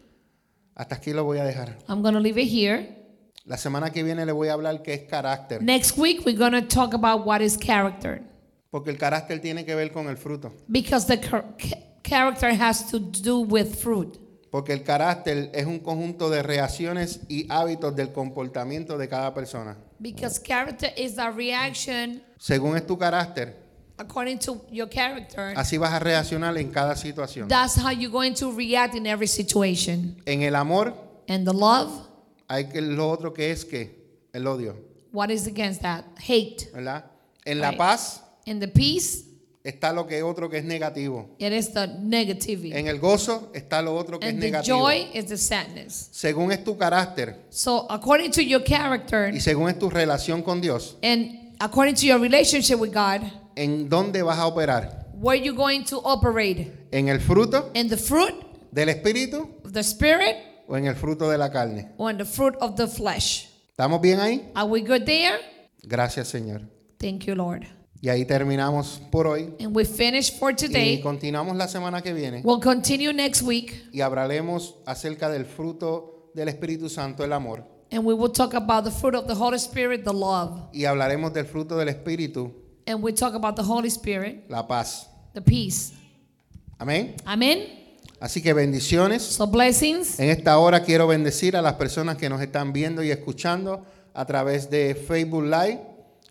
S1: Hasta aquí lo voy a dejar.
S2: I'm going to leave it here.
S1: La semana que viene le voy a hablar qué es carácter.
S2: Next week, we're going to talk about what is character.
S1: Porque el carácter tiene que ver con el fruto.
S2: Because the char- ca- character has to do with fruit.
S1: Porque el carácter es un conjunto de reacciones y hábitos del comportamiento de cada persona.
S2: Because character is a reaction
S1: Según es tu carácter,
S2: according to your character.
S1: así vas a reaccionar en cada situación.
S2: That's how you're going to react in every situation.
S1: En el amor
S2: And the love,
S1: hay que lo otro que es que el odio,
S2: what is against that? Hate.
S1: ¿verdad? En la
S2: Right.
S1: paz
S2: In the peace,
S1: está lo que otro que es negativo.
S2: it is the negativity.
S1: En el gozo está lo otro que es
S2: And the
S1: negativo.
S2: joy is the sadness.
S1: Según es tu carácter
S2: So according to your character
S1: y según es tu relación con Dios,
S2: and according to your relationship with God,
S1: ¿en dónde vas a operar?
S2: where you're going to operate.
S1: ¿En el fruto
S2: In the fruit
S1: del espíritu
S2: of the spirit
S1: o en el fruto de la carne?
S2: or in the fruit of the flesh.
S1: ¿Estamos bien ahí?
S2: Are we good there?
S1: Gracias, Señor.
S2: Thank you, Lord.
S1: Y ahí terminamos por hoy.
S2: And we finish for
S1: Y
S2: today.
S1: continuamos la semana que viene
S2: We'll continue next week
S1: y hablaremos acerca del fruto del Espíritu Santo, el amor.
S2: and we will talk about the fruit of the Holy Spirit, the love.
S1: y hablaremos del fruto del Espíritu,
S2: And we talk about the Holy Spirit,
S1: la paz.
S2: the peace.
S1: Amén.
S2: Amen.
S1: Así que bendiciones.
S2: So blessings.
S1: En esta hora quiero bendecir a las personas que nos están viendo y escuchando a través de Facebook Live,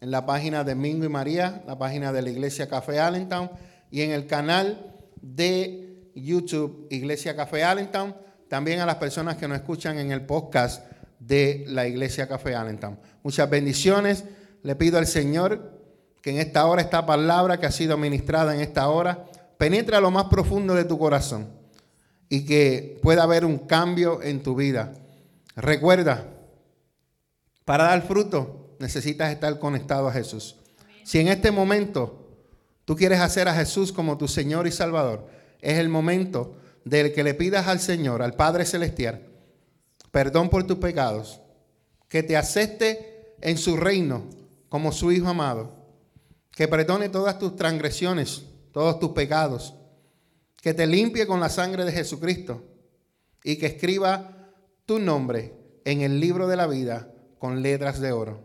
S1: en la página de Mingo y María, la página de la Iglesia Café Allentown y en el canal de YouTube Iglesia Café Allentown. También a las personas que nos escuchan en el podcast de la Iglesia Café Allentown. Muchas bendiciones. Le pido al Señor que en esta hora esta palabra que ha sido ministrada en esta hora penetre a lo más profundo de tu corazón y que pueda haber un cambio en tu vida. Recuerda, Para dar fruto necesitas estar conectado a Jesús. Si en este momento tú quieres hacer a Jesús como tu Señor y Salvador, es el momento del que le pidas al Señor, al Padre Celestial, perdón por tus pecados, que te acepte en su reino como su Hijo amado, que perdone todas tus transgresiones, todos tus pecados, que te limpie con la sangre de Jesucristo y que escriba tu nombre en el libro de la vida con letras de oro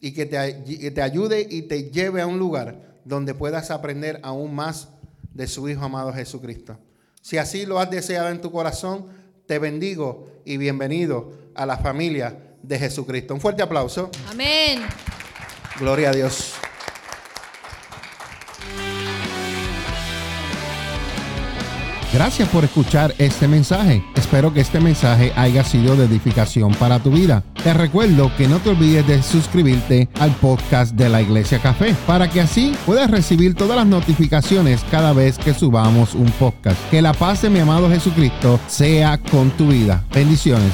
S1: y que te, ay- que te ayude y te lleve a un lugar donde puedas aprender aún más de su Hijo amado Jesucristo. Si así lo has deseado en tu corazón, te bendigo y bienvenido a la familia de Jesucristo. Un fuerte aplauso.
S2: Amén.
S1: Gloria a Dios.
S3: Gracias por escuchar este mensaje. Espero que este mensaje haya sido de edificación para tu vida. Te recuerdo que no te olvides de suscribirte al podcast de la Iglesia Café para que así puedas recibir todas las notificaciones cada vez que subamos un podcast. Que la paz de mi amado Jesucristo sea con tu vida. Bendiciones.